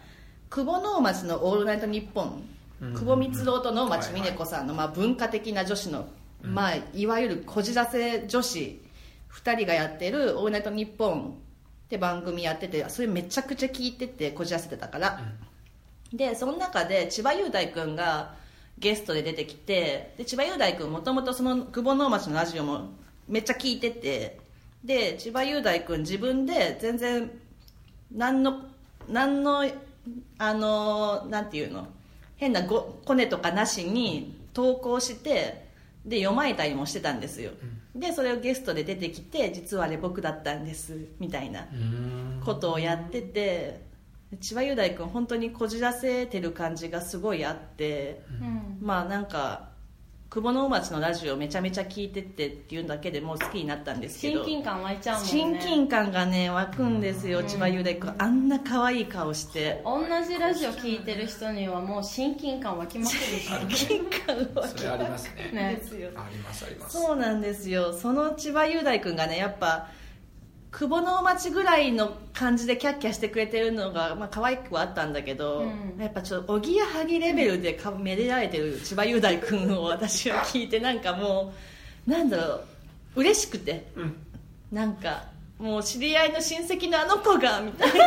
Speaker 2: 久保能町の「オールナイトニッポン」
Speaker 1: うん
Speaker 2: 久保光郎と能町峰子さんの、まあ、文化的な女子の、まあ、いわゆるこじらせ女子2人がやってる「オールナイトニッポン」って番組やっててそれめちゃくちゃ聞いててこじらせてたから、でその中で千葉雄大君がゲストで出てきてで千葉雄大君もともとその久保能町のラジオもめっちゃ聞いててで千葉雄大君自分で全然何の何のあのなんていうの変なごコネとかなしに投稿してで読まれたりもしてたんですよ、でそれをゲストで出てきて実はあれ僕だったんですみたい
Speaker 1: う
Speaker 2: な
Speaker 1: ーん
Speaker 2: ことをやってて千葉雄大君本当にこじらせてる感じがすごいあって
Speaker 3: ーうん
Speaker 2: まあなんか久保能町のラジオめちゃめちゃ聞いててっていうだけでもう好きになったんですけ
Speaker 3: 親
Speaker 2: ど
Speaker 3: 近感湧いちゃうもんね
Speaker 2: 親近感がね湧くんですよ、千葉雄大君あんな可愛い顔して
Speaker 3: 同じラジオ聞いてる人にはもう親近感湧きまくるし
Speaker 2: 親近感湧
Speaker 1: それありますね
Speaker 3: ね
Speaker 2: ですよ
Speaker 1: ありますあります
Speaker 2: そうなんですよその千葉雄大君がねやっぱ久保の町ぐらいの感じでキャッキャしてくれてるのが、まあ可愛くはあったんだけど、
Speaker 3: うん
Speaker 2: やっぱちょっとおぎやはぎレベルでかめでられてる千葉雄大君を私は聞いてなんかもうなんだろう嬉しくて
Speaker 1: うん
Speaker 2: なんかもう知り合いの親戚のあの子がみたい
Speaker 3: <laughs>
Speaker 2: な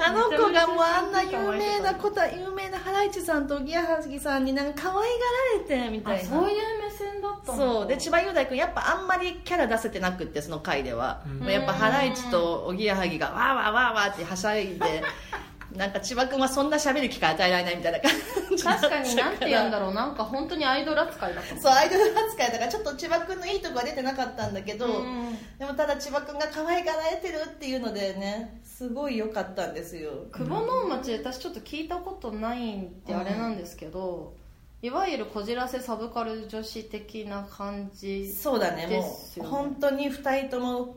Speaker 2: あの子がもうあんな有名なこと有名なハライチさんとおぎやはぎさんになんか可愛がられてみたいな
Speaker 3: そういう目線だった
Speaker 2: そうで千葉雄大君やっぱあんまりキャラ出せてなくってその回では、もうやっぱハライチとおぎやはぎがわーわーわーわーってはしゃい
Speaker 3: <laughs>
Speaker 2: でなんか千葉君はそんな喋る機会与えられないみたいな感じ
Speaker 3: 確かになんて言うんだ
Speaker 2: ろ
Speaker 3: ろうなんか本当にアイドル扱いだったもん
Speaker 2: そうアイドル扱いだからちょっと千葉君のいいとこは出てなかったんだけど、
Speaker 3: うん
Speaker 2: でもただ千葉君が可愛がられてるっていうのでねすごい良かったんですよ
Speaker 3: 久保の町私ちょっと聞いたことないんであれなんですけど、いわゆるこじらせサブカル女子的な感じ
Speaker 2: そうだね
Speaker 3: で
Speaker 2: も
Speaker 3: す
Speaker 2: う
Speaker 3: よね
Speaker 2: 本当に2人とも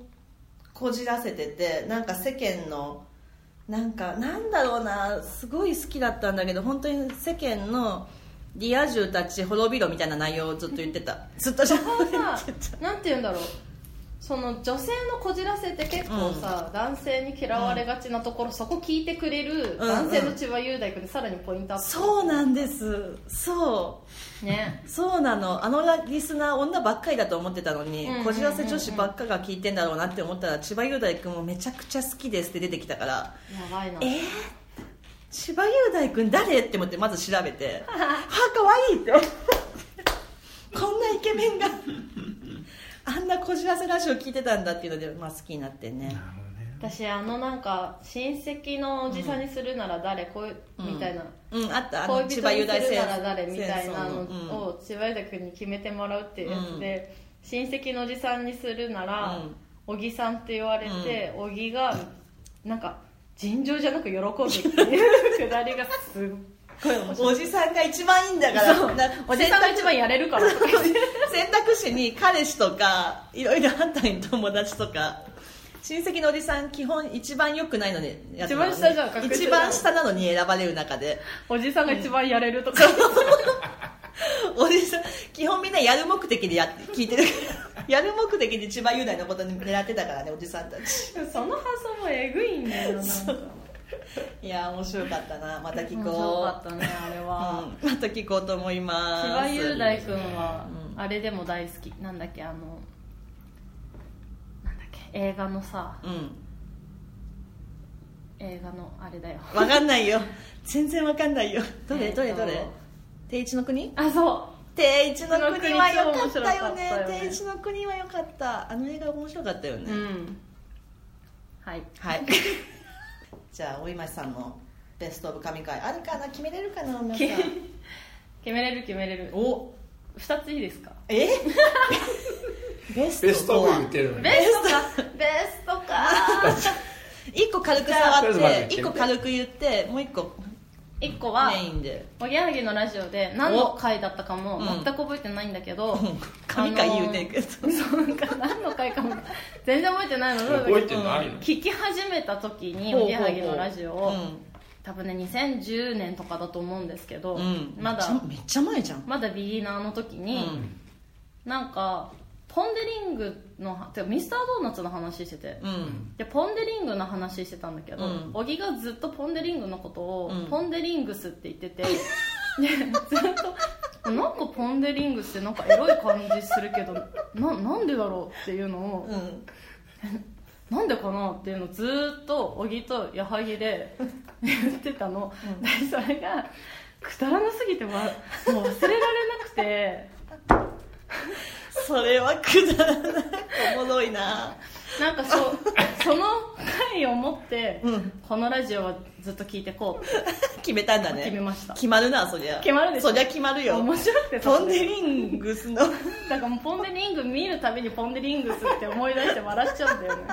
Speaker 2: こじらせててなんか世間のなんかなんだろうなすごい好きだったんだけど本当に世間のリア充たち滅びろみたいな内容をずっと言って
Speaker 3: <laughs>
Speaker 2: た <laughs> ずっとじゃ
Speaker 3: これさなんて言うんだろうその女性のこじらせって結構さ、男性に嫌われがちなところ、そこ聞いてくれる男性の千葉雄大君でさらにポイントアップ、
Speaker 2: そうなんですそう
Speaker 3: ね
Speaker 2: そうなのあのリスナー女ばっかりだと思ってたのに、
Speaker 3: うんうんうんうん
Speaker 2: こじらせ女子ばっかが聞いてんだろうなって思ったら千葉雄大君もめちゃくちゃ好きですって出てきたから
Speaker 3: やばいな
Speaker 2: えー、千葉雄大君誰って思ってまず調べ
Speaker 3: <laughs>
Speaker 2: てはあ可愛いって思 <laughs> ってこんなイケメンがあんなこじらせラジオ聞いてたんだっていうので、まあ、好きになってね
Speaker 1: なるほどね
Speaker 3: 私あのなんか親戚のおじさんにするなら誰、こういうみたいな、
Speaker 2: うんあったあの
Speaker 3: 恋
Speaker 2: 千
Speaker 3: 人
Speaker 2: 葉
Speaker 3: に
Speaker 2: 雄
Speaker 3: す
Speaker 2: 大
Speaker 3: る
Speaker 2: 戦
Speaker 3: なら誰みたいなの
Speaker 2: 戦争の
Speaker 3: を千葉雄大君に決めてもらうっていうやつで、親戚のおじさんにするなら
Speaker 2: うん
Speaker 3: 小木、さんって言われて小木、がなんか尋常じゃなく喜ぶっていうくだりがすっごい面
Speaker 2: うん
Speaker 3: 白い
Speaker 2: おじさんが一番いいんだからな
Speaker 3: おじさんが
Speaker 2: 選択
Speaker 3: 一番やれる
Speaker 2: <laughs>
Speaker 3: からとか言って
Speaker 2: 選択肢に彼氏とかいろいろあったり友達とか親戚のおじさん基本一番良くないのにやってたのね
Speaker 3: 一番下じゃん確実
Speaker 2: 一
Speaker 3: に
Speaker 2: 番下なのに選ばれる中で
Speaker 3: おじさんが一番やれるとか、
Speaker 2: おじさん基本みんなやる目的でやって聞い
Speaker 3: <laughs>
Speaker 2: てるからやる目的で千葉雄大のことに狙ってたからねおじさんたち
Speaker 3: その発想もえぐいんだよなんか
Speaker 2: いや面白かったなまた聞
Speaker 3: 面白
Speaker 2: こ
Speaker 3: か
Speaker 2: う
Speaker 3: ったねあれは、
Speaker 2: うんまた聞こうと思います
Speaker 3: 千葉雄大君はあれでも大好きなんだっけあのなんだっけ映画のさ
Speaker 2: うん
Speaker 3: 映画のあれだよ
Speaker 2: わかんないよ全然わかんないよどれどれど
Speaker 3: えー
Speaker 2: れ
Speaker 3: と
Speaker 2: 定一の国
Speaker 3: あそ
Speaker 2: 定一の国は良かったよね
Speaker 3: 面白かったよね
Speaker 2: 定一の国は良かったあの映画面白かったよね、
Speaker 3: ううんはい
Speaker 2: はい <laughs> じゃあ大井町さんのベストオブ神回あるかな決めれるかな皆さん
Speaker 3: 決めれる決めれる
Speaker 2: お
Speaker 3: 2ついいですか
Speaker 2: え <laughs> ベスト
Speaker 1: ベストオブ言ってるのに
Speaker 3: ベストかベストか
Speaker 2: 一個軽く
Speaker 1: とりあ
Speaker 2: 触
Speaker 1: えず
Speaker 2: っ
Speaker 1: まず言
Speaker 2: て
Speaker 1: って
Speaker 2: 一個軽く言ってもう一個
Speaker 3: 1個は
Speaker 2: メインで <laughs>
Speaker 3: おぎやはぎのラジオで何の回だったかも
Speaker 2: うん
Speaker 3: 全く覚えてないんだけど、
Speaker 2: 神回言うてんけど
Speaker 3: そうなんか何の回かも全然覚えてないの
Speaker 1: 覚えてないの
Speaker 3: 聞き始めた時におぎやはぎのラジオを多分ね2010年とかだと思うんですけど、
Speaker 2: うんうん
Speaker 3: まだ
Speaker 2: めっちゃ前じゃん
Speaker 3: まだビギナーの時に、なんかポン・デ・リングのてかミスタードーナツの話してて、
Speaker 2: うん
Speaker 3: でポン・デ・リングの話してたんだけど
Speaker 2: うん
Speaker 3: 小木、がずっとポン・デ・リングのことを、
Speaker 2: うん
Speaker 3: ポン・デ・リングスって言っててでずっとなんかポン・デ・リングスってなんかエロい感じするけどななんでだろうっていうのを、
Speaker 2: うん
Speaker 3: なんでかなっていうのをずーっと小木と矢作
Speaker 2: <laughs>
Speaker 3: で言ってたの、でそれがくだらなすぎてわもう忘れられなくて
Speaker 2: それはくだらないおもろいな
Speaker 3: なんかそ
Speaker 2: <laughs>
Speaker 3: その回を持って、
Speaker 2: うん
Speaker 3: このラジオはずっと聞いてこうって
Speaker 2: 決めたんだね
Speaker 3: 決めました
Speaker 2: 決まるなそりゃ
Speaker 3: 決まるでしょ
Speaker 2: そりゃ決まるよ
Speaker 3: 面白くて
Speaker 2: ポンデリングスの
Speaker 3: だからもうポン・デ・リング見るたびにポン・デ・リングスって思い出して笑っちゃうんだよね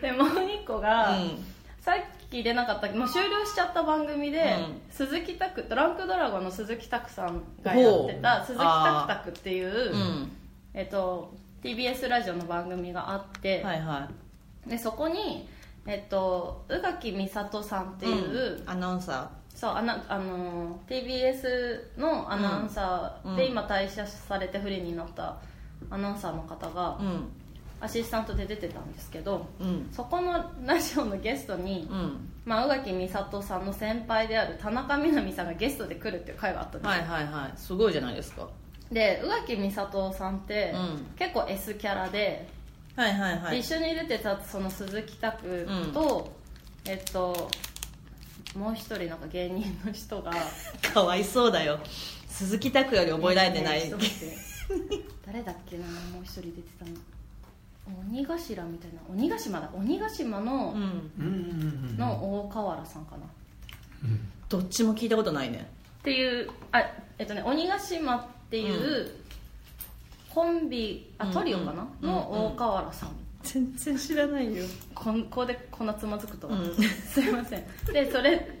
Speaker 3: でもう一個が、
Speaker 2: うん
Speaker 3: さっき出なかったもう終了しちゃった番組で、
Speaker 2: うん
Speaker 3: 鈴木拓ドランクドラゴンの鈴木拓さんがやってた
Speaker 2: ほう
Speaker 3: 鈴木拓拓っていうう、
Speaker 2: ん
Speaker 3: えっと、TBS ラジオの番組があって、
Speaker 2: はいは
Speaker 3: でそこに、えっと、宇垣美里さんっ
Speaker 2: い
Speaker 3: ていう、
Speaker 2: んアナウンサ
Speaker 3: そうあなあの TBS のアナウンサーで、
Speaker 2: うん
Speaker 3: 今退社されてフリーになったアナウンサーの方が
Speaker 2: ーうん
Speaker 3: アシスタントで出てたんですけど
Speaker 2: うん
Speaker 3: そこのラジオのゲストに、
Speaker 2: うん
Speaker 3: まあ、宇垣美里さんの先輩である田中みな実さんがゲストで来るっていう会があったんです、
Speaker 2: はいはいはいすごいじゃないですか
Speaker 3: で宇垣美里さんって、
Speaker 2: うん
Speaker 3: 結構 S キャラで、
Speaker 2: はいはいは
Speaker 3: で
Speaker 2: い
Speaker 3: 一緒に出てたその鈴木拓と、えっともう一人なんか芸人の人が
Speaker 2: かわいそうだよ鈴木拓より覚えられてない
Speaker 3: 人って誰だっけなもう一人出てたの鬼頭みたいな鬼ヶ島だ鬼ヶ島の,、
Speaker 2: うん
Speaker 1: うんうん
Speaker 3: の大河原さんかなっ
Speaker 2: どっちも聞いたことないね
Speaker 3: ていうあえっとね鬼ヶ島っていう、コンビあトリオかな、
Speaker 2: うん
Speaker 3: の大河原さん、
Speaker 2: 全然知らないよ
Speaker 3: こんここでこんなつまずくとは、
Speaker 2: うん
Speaker 3: すいませんでそれ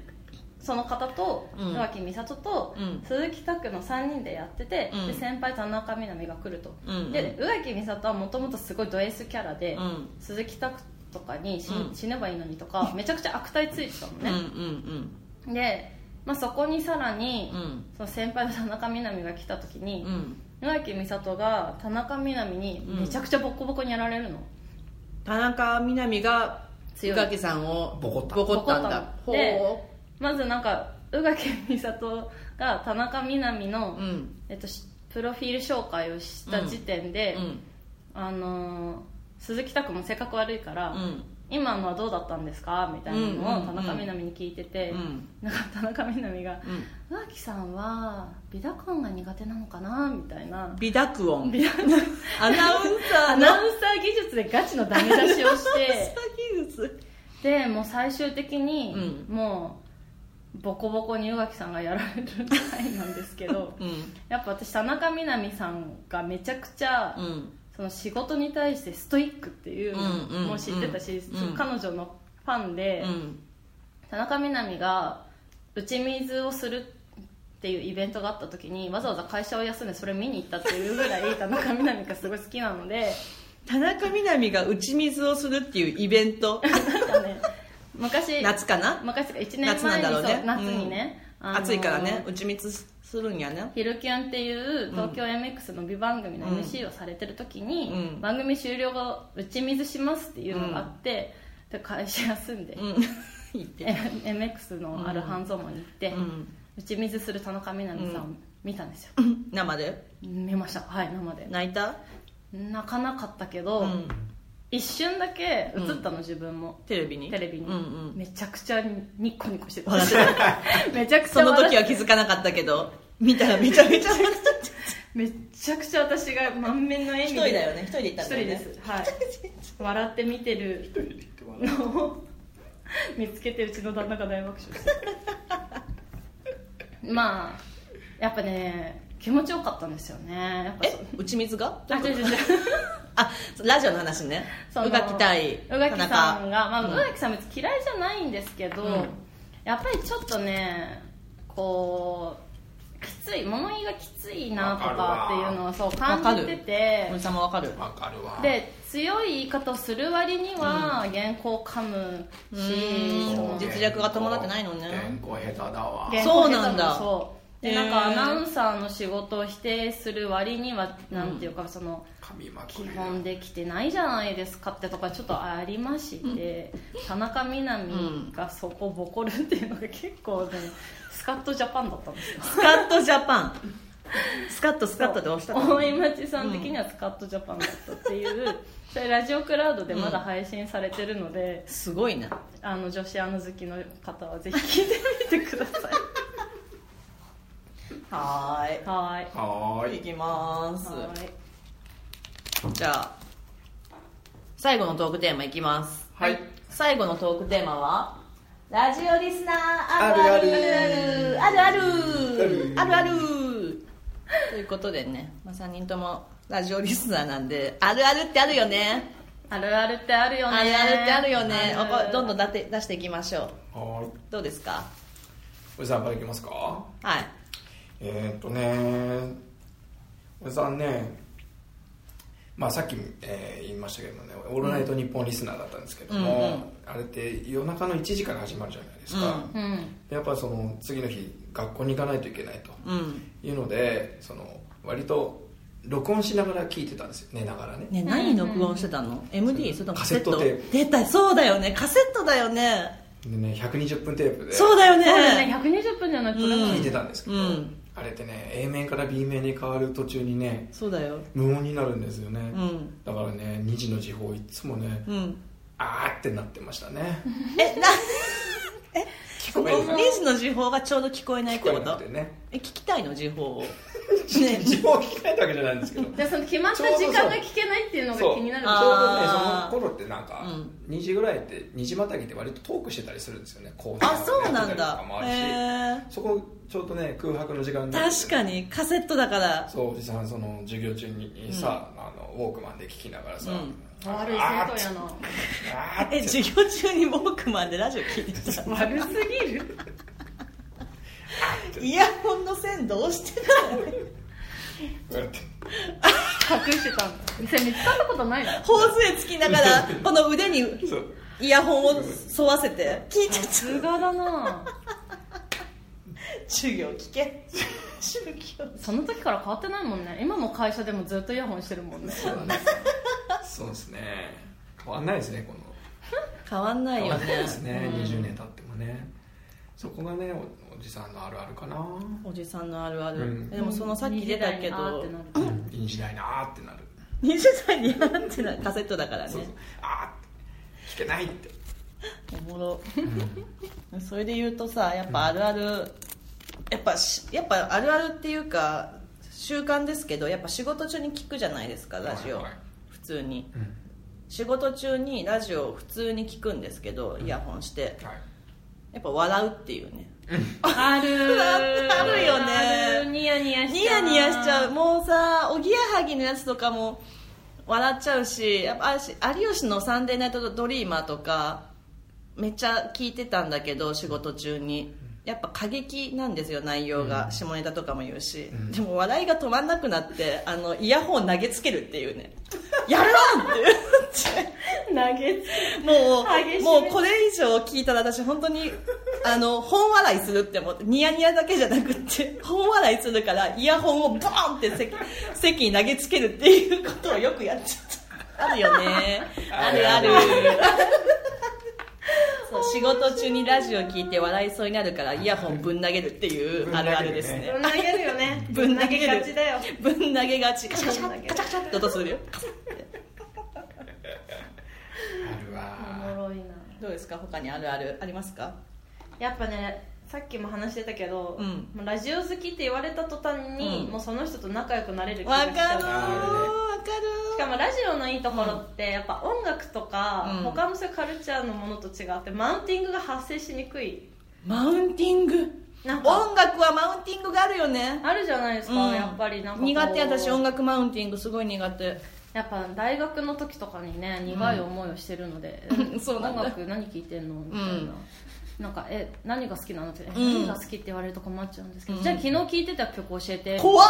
Speaker 3: その方と
Speaker 2: うん
Speaker 3: 野脇美里と
Speaker 2: うん
Speaker 3: 鈴木拓の3人でやってて、
Speaker 2: うん
Speaker 3: で先輩田中みな実が来ると、
Speaker 2: うん
Speaker 3: で宇垣美里はもともとすごいド S キャラで、
Speaker 2: うん
Speaker 3: 鈴木拓とかに死,、
Speaker 2: うん
Speaker 3: 死ねばいいのにとかめちゃくちゃ悪態ついてたの
Speaker 2: うん
Speaker 3: ね、で、まあ、そこにさらに、
Speaker 2: うんうん
Speaker 3: その先輩の田中みな実が来た時に、
Speaker 2: うん
Speaker 3: 宇垣美里が田中みな実にめちゃくちゃボコボコにやられるの、
Speaker 2: 田中みな実が
Speaker 3: 強
Speaker 2: 宇
Speaker 3: い
Speaker 2: 垣さんを
Speaker 1: ボコった
Speaker 2: ボコったんだ
Speaker 3: ボコったのでまずなんか宇垣美里が田中みな実の、
Speaker 2: うん
Speaker 3: えっと、しプロフィール紹介をした時点で、
Speaker 2: うん
Speaker 3: あのー鈴木拓も性格悪いから、
Speaker 2: うん
Speaker 3: 今のはどうだったんですかみたいなの
Speaker 2: う
Speaker 3: を
Speaker 2: ん
Speaker 3: 田中みな実に聞いてて、
Speaker 2: うん
Speaker 3: なんか田中みな実が
Speaker 2: うん
Speaker 3: 「宇垣さんは美濁音が苦手なのかな?」みたいな
Speaker 2: 美濁音
Speaker 3: 美濁音
Speaker 2: アナウンサー
Speaker 3: ア
Speaker 2: の
Speaker 3: ナウンサー技術でガチのダメ出しをして。
Speaker 2: 詐欺術
Speaker 3: でもう最終的に、
Speaker 2: う
Speaker 3: もうボコボコに宇垣さんがやられるみたいなんですけど
Speaker 2: うん
Speaker 3: やっぱ私田中みな実さんがめちゃくちゃ、
Speaker 2: うん
Speaker 3: その仕事に対してストイックってい
Speaker 2: う
Speaker 3: う
Speaker 2: んうん
Speaker 3: のも知ってたし、
Speaker 2: うん
Speaker 3: 彼女のファンで、
Speaker 2: うん
Speaker 3: 田中みな実が打ち水をするっていうイベントがあった時にわざわざ会社を休んでそれ見に行ったっていうぐらい田中みな実がすごい好きなので
Speaker 2: 田中みな実が打ち水をするっていうイベント
Speaker 3: なんかね昔
Speaker 2: 夏かな
Speaker 3: 昔とか1年前に
Speaker 2: 夏なんだろうね
Speaker 3: そう夏にね、あのー
Speaker 2: 暑いからね打ち水するんやね
Speaker 3: ヒルキュンっていう東京 MX の美番組の
Speaker 2: うん
Speaker 3: MC をされてる時に、
Speaker 2: うん
Speaker 3: 番組終了後打ち水しますっていうのがあって、で会社休んで、 <laughs>
Speaker 2: うん言って
Speaker 3: え MX のある半蔵門に行って、
Speaker 2: うん
Speaker 3: 打ち水する田中みな実さんを見たんですよ、
Speaker 2: 生で
Speaker 3: 見ましたはい生で
Speaker 2: 泣いた
Speaker 3: 泣かなかったけど、
Speaker 2: うん
Speaker 3: 一瞬だけ映ったの自分も、
Speaker 2: テレビに
Speaker 3: テレビに、
Speaker 2: うんうん
Speaker 3: めちゃくちゃニッコニコしてた
Speaker 2: 笑ってた
Speaker 3: <laughs> めちゃくち
Speaker 2: <laughs> そ
Speaker 3: ゃ
Speaker 2: の
Speaker 3: 笑っ
Speaker 2: 時は気づかなかったけど見たらめちゃめちゃ笑っちゃって
Speaker 3: めっちゃくちゃ私が満面の笑
Speaker 2: <laughs> 一
Speaker 3: み
Speaker 2: 人だよね一人で行っ
Speaker 3: 一
Speaker 2: たん
Speaker 3: 人
Speaker 2: だよ
Speaker 3: で
Speaker 2: ね
Speaker 3: すはい笑って見てるのを <laughs> 見つけてうちの旦那が大爆笑してまあやっぱね気持ちよかったんですよねやっぱそう
Speaker 2: え打ち水が
Speaker 3: あ違う違う違う
Speaker 2: あラジオの話ね
Speaker 3: その
Speaker 2: 宇垣対
Speaker 3: 宇垣さんが、まあ、
Speaker 2: うん
Speaker 3: 宇垣さん別に嫌いじゃないんですけど、
Speaker 2: うん
Speaker 3: やっぱりちょっとねこうきつい物言いがきついなとかっていうのはそう
Speaker 2: わか
Speaker 3: 感
Speaker 2: る
Speaker 3: じてて
Speaker 2: 森さんもわかる
Speaker 1: わかるわ
Speaker 3: で強い言い方をする割には原稿を噛む
Speaker 2: う
Speaker 3: し、
Speaker 2: ん
Speaker 3: その
Speaker 2: 実力が伴ってないのね
Speaker 1: 原稿下手だわ
Speaker 3: 原
Speaker 2: そ
Speaker 3: 稿
Speaker 2: うなんだ
Speaker 3: そうで
Speaker 2: へー
Speaker 3: なんかアナウンサーの仕事を否定する割には、なんていうかその
Speaker 1: 紙巻き
Speaker 3: 基本できてないじゃないですかってとかちょっとありまして、田中みな実がそこボコるっていうのが結構ねスカッとジャパンだったんですよ
Speaker 2: スカットジャパンスカットスカットで押したから
Speaker 3: <laughs> 大井町さん的にはスカッとジャパンだったっていう、 <laughs> それラジオクラウドでまだ配信されてるので、
Speaker 2: すごいな
Speaker 3: あの女子アナ好きの方はぜひ聞いてみてください
Speaker 2: <laughs> は
Speaker 3: はーい
Speaker 1: は
Speaker 2: ーい
Speaker 1: ー
Speaker 2: い
Speaker 1: い
Speaker 2: きま
Speaker 3: は
Speaker 2: ー
Speaker 3: ーい
Speaker 2: すじゃあ最後のトークテーマいきます
Speaker 1: はい
Speaker 2: 最後のトークテーマは
Speaker 4: ラジオリスナーあるあるあるある
Speaker 1: ある
Speaker 2: あるあるということでね、まあ、3人ともラジオリスナーなんであるあるってあるよね
Speaker 3: あるあるってあるよね
Speaker 2: あるあるってあるよね
Speaker 3: あ
Speaker 2: お
Speaker 3: る
Speaker 2: こどんどん出て出していきましょう
Speaker 1: はーい
Speaker 2: どうですか
Speaker 1: おじさんからいきますか
Speaker 2: はい
Speaker 1: えーっとねおじさんねまあさっき、えー言いましたけどもね「オールナイトニッポン」リスナーだったんですけども、
Speaker 2: うんうん
Speaker 1: あれって夜中の1時から始まるじゃないですか、
Speaker 3: うん
Speaker 1: やっぱその次の日学校に行かないといけないと
Speaker 2: うん
Speaker 1: いうのでその割と録音しながら聞いてたんですよ寝ながらね
Speaker 2: ね何録音してたの MD それともカセット
Speaker 1: カセット
Speaker 2: 出たそうだよねカセットだよね
Speaker 1: でね120分テープで
Speaker 2: そうだよ
Speaker 3: そうだね
Speaker 2: ね
Speaker 3: 120分じゃなくて、
Speaker 2: うん
Speaker 1: 聞いてたんですけ
Speaker 2: う
Speaker 1: ど、
Speaker 2: ん
Speaker 1: あれってね A 面から B 面に変わる途中にね
Speaker 2: そうだよ
Speaker 1: 無音になるんですよね、
Speaker 2: うん
Speaker 1: だからね2時の時報いつもね、
Speaker 2: うん
Speaker 1: あーってなってましたね
Speaker 2: えな
Speaker 1: 聞こ
Speaker 2: ここ
Speaker 1: えるか
Speaker 2: 2
Speaker 1: な
Speaker 2: 時の時報がちょうど聞こえないっ
Speaker 1: 聞
Speaker 2: て
Speaker 1: こ
Speaker 2: こ
Speaker 1: えな
Speaker 2: と
Speaker 1: くてね
Speaker 2: え聞きたいの時報をね
Speaker 1: <laughs> 時報聞きたいわけじゃないんですけど
Speaker 3: でその決まった時間が聞けないっていうのが
Speaker 1: そう
Speaker 3: 気になる
Speaker 1: ちょうどね
Speaker 2: あー
Speaker 1: その頃ってなんか、
Speaker 2: うん
Speaker 1: 2時ぐらいって2時またぎって割とトークしてたりするんですよねこ
Speaker 2: あそうなん
Speaker 1: と
Speaker 2: だ
Speaker 1: かもあるし、
Speaker 2: へ
Speaker 1: そこちょうどね空白の時間
Speaker 2: え
Speaker 1: に
Speaker 2: 確かにカセットだから
Speaker 1: そうおじさんその授業中にさ、あのウォークマンで聞きながらさ、
Speaker 2: うん
Speaker 3: 悪い生徒やな
Speaker 1: あーって
Speaker 2: え授業中にウォークマンでラジオ聞い
Speaker 1: <laughs>
Speaker 2: てた
Speaker 3: 悪すぎる
Speaker 2: イヤホンの線どうしてたの
Speaker 1: こうやって
Speaker 3: 隠してたんだそれ見つかったことないの
Speaker 2: 頬杖つきな
Speaker 1: <laughs>
Speaker 2: がらこの腕に
Speaker 1: そう
Speaker 2: イヤホンを沿わせて聞いて
Speaker 3: さ
Speaker 2: た
Speaker 3: すがだな
Speaker 2: 授業聞け授業
Speaker 3: その時から変わってないもんね今も会社でもずっとイヤホンしてるもんね
Speaker 1: そうだねそうですね変わんないですねこの
Speaker 2: 変わんない
Speaker 1: 変わ
Speaker 2: よ
Speaker 1: ん
Speaker 2: ね
Speaker 1: ないですね、
Speaker 2: うん
Speaker 1: 20年経ってもねそこがねおおじさんのあるあるかな、
Speaker 2: おじさんのあるある、
Speaker 1: うん
Speaker 2: でもそのさっき出たけど
Speaker 1: うん、いい時代なーってなる
Speaker 2: 20歳になってないカセットだからね
Speaker 1: そうそうあーって聞けないって
Speaker 2: おもろそれで言うとさやっぱあるある、やっぱしやっぱあるあるっていうか習慣ですけどやっぱ仕事中に聞くじゃないですかラジオ、
Speaker 1: はいはい
Speaker 2: 普通に
Speaker 1: うん
Speaker 2: 仕事中にラジオを普通に聞くんですけどイヤホンして
Speaker 1: はい
Speaker 2: やっぱ笑うっていうね
Speaker 3: ある
Speaker 2: あるよね
Speaker 3: あるニヤニヤし
Speaker 2: ニ
Speaker 3: ちゃ
Speaker 2: ヤ
Speaker 3: う
Speaker 2: ニヤしちゃうもうさおぎやはぎのやつとかも笑っちゃうしやっぱあし有吉の「サンデーナイトドリーマー」とかめっちゃ聞いてたんだけど仕事中にやっぱ過激なんですよ内容が、下ネタとかも言うし、でも笑いが止まんなくなってあのイヤホン投げつけるっていうねやるわって言って
Speaker 3: 投げつ
Speaker 2: も
Speaker 3: 激し
Speaker 2: う
Speaker 3: い
Speaker 2: もうこれ以上聞いたら私本当にあの本笑いするって思ってニヤニヤだけじゃなく <laughs> って本笑いするからイヤホンをボーンって <laughs> 席席に投げつけるっていうことをよくやっちゃったあるよねあるあるそう仕事中にラジオ聞いて笑いそうになるからイヤホンぶん投げるっていうあるあるですね
Speaker 3: ぶん投げるよね
Speaker 2: ぶん投げる
Speaker 3: がちだよ
Speaker 2: ぶん投げがちカチャカチ
Speaker 3: ぶん投
Speaker 2: ャ
Speaker 3: げ
Speaker 2: カチャカチャって音するよ
Speaker 1: ある
Speaker 3: お
Speaker 1: わ
Speaker 3: もろいな
Speaker 2: どうですか他にあるあるありますか
Speaker 3: やっぱねさっきも話してたけど、
Speaker 2: うん
Speaker 3: もうラジオ好きって言われた途端に、
Speaker 2: うん
Speaker 3: もうその人と仲良くなれる気が
Speaker 2: わか
Speaker 3: し
Speaker 2: る
Speaker 3: ちゃ
Speaker 2: わ
Speaker 3: う
Speaker 2: かる
Speaker 3: しかもラジオのいいところってやっぱ音楽とか、
Speaker 2: うん
Speaker 3: 他のそういうカルチャーのものと違ってマウンティングが発生しにくい
Speaker 2: マウンティング
Speaker 3: なんか
Speaker 2: 音楽はマウンティングがあるよね
Speaker 3: あるじゃないですか、
Speaker 2: うん
Speaker 3: やっぱりなんかこう
Speaker 2: 苦手私音楽マウンティングすごい苦手
Speaker 3: やっぱ大学の時とかにね苦い思いをしてるので、
Speaker 2: うん <laughs> そうなんだ
Speaker 3: 音楽何聴いてんのみたいな、
Speaker 2: うん
Speaker 3: なんかえ何が好きなのって、え
Speaker 2: ん
Speaker 3: 何が好きって言われると困っちゃうんですけど、
Speaker 2: うん
Speaker 3: じゃあ昨日聴いてた曲教えてっ
Speaker 2: 怖っ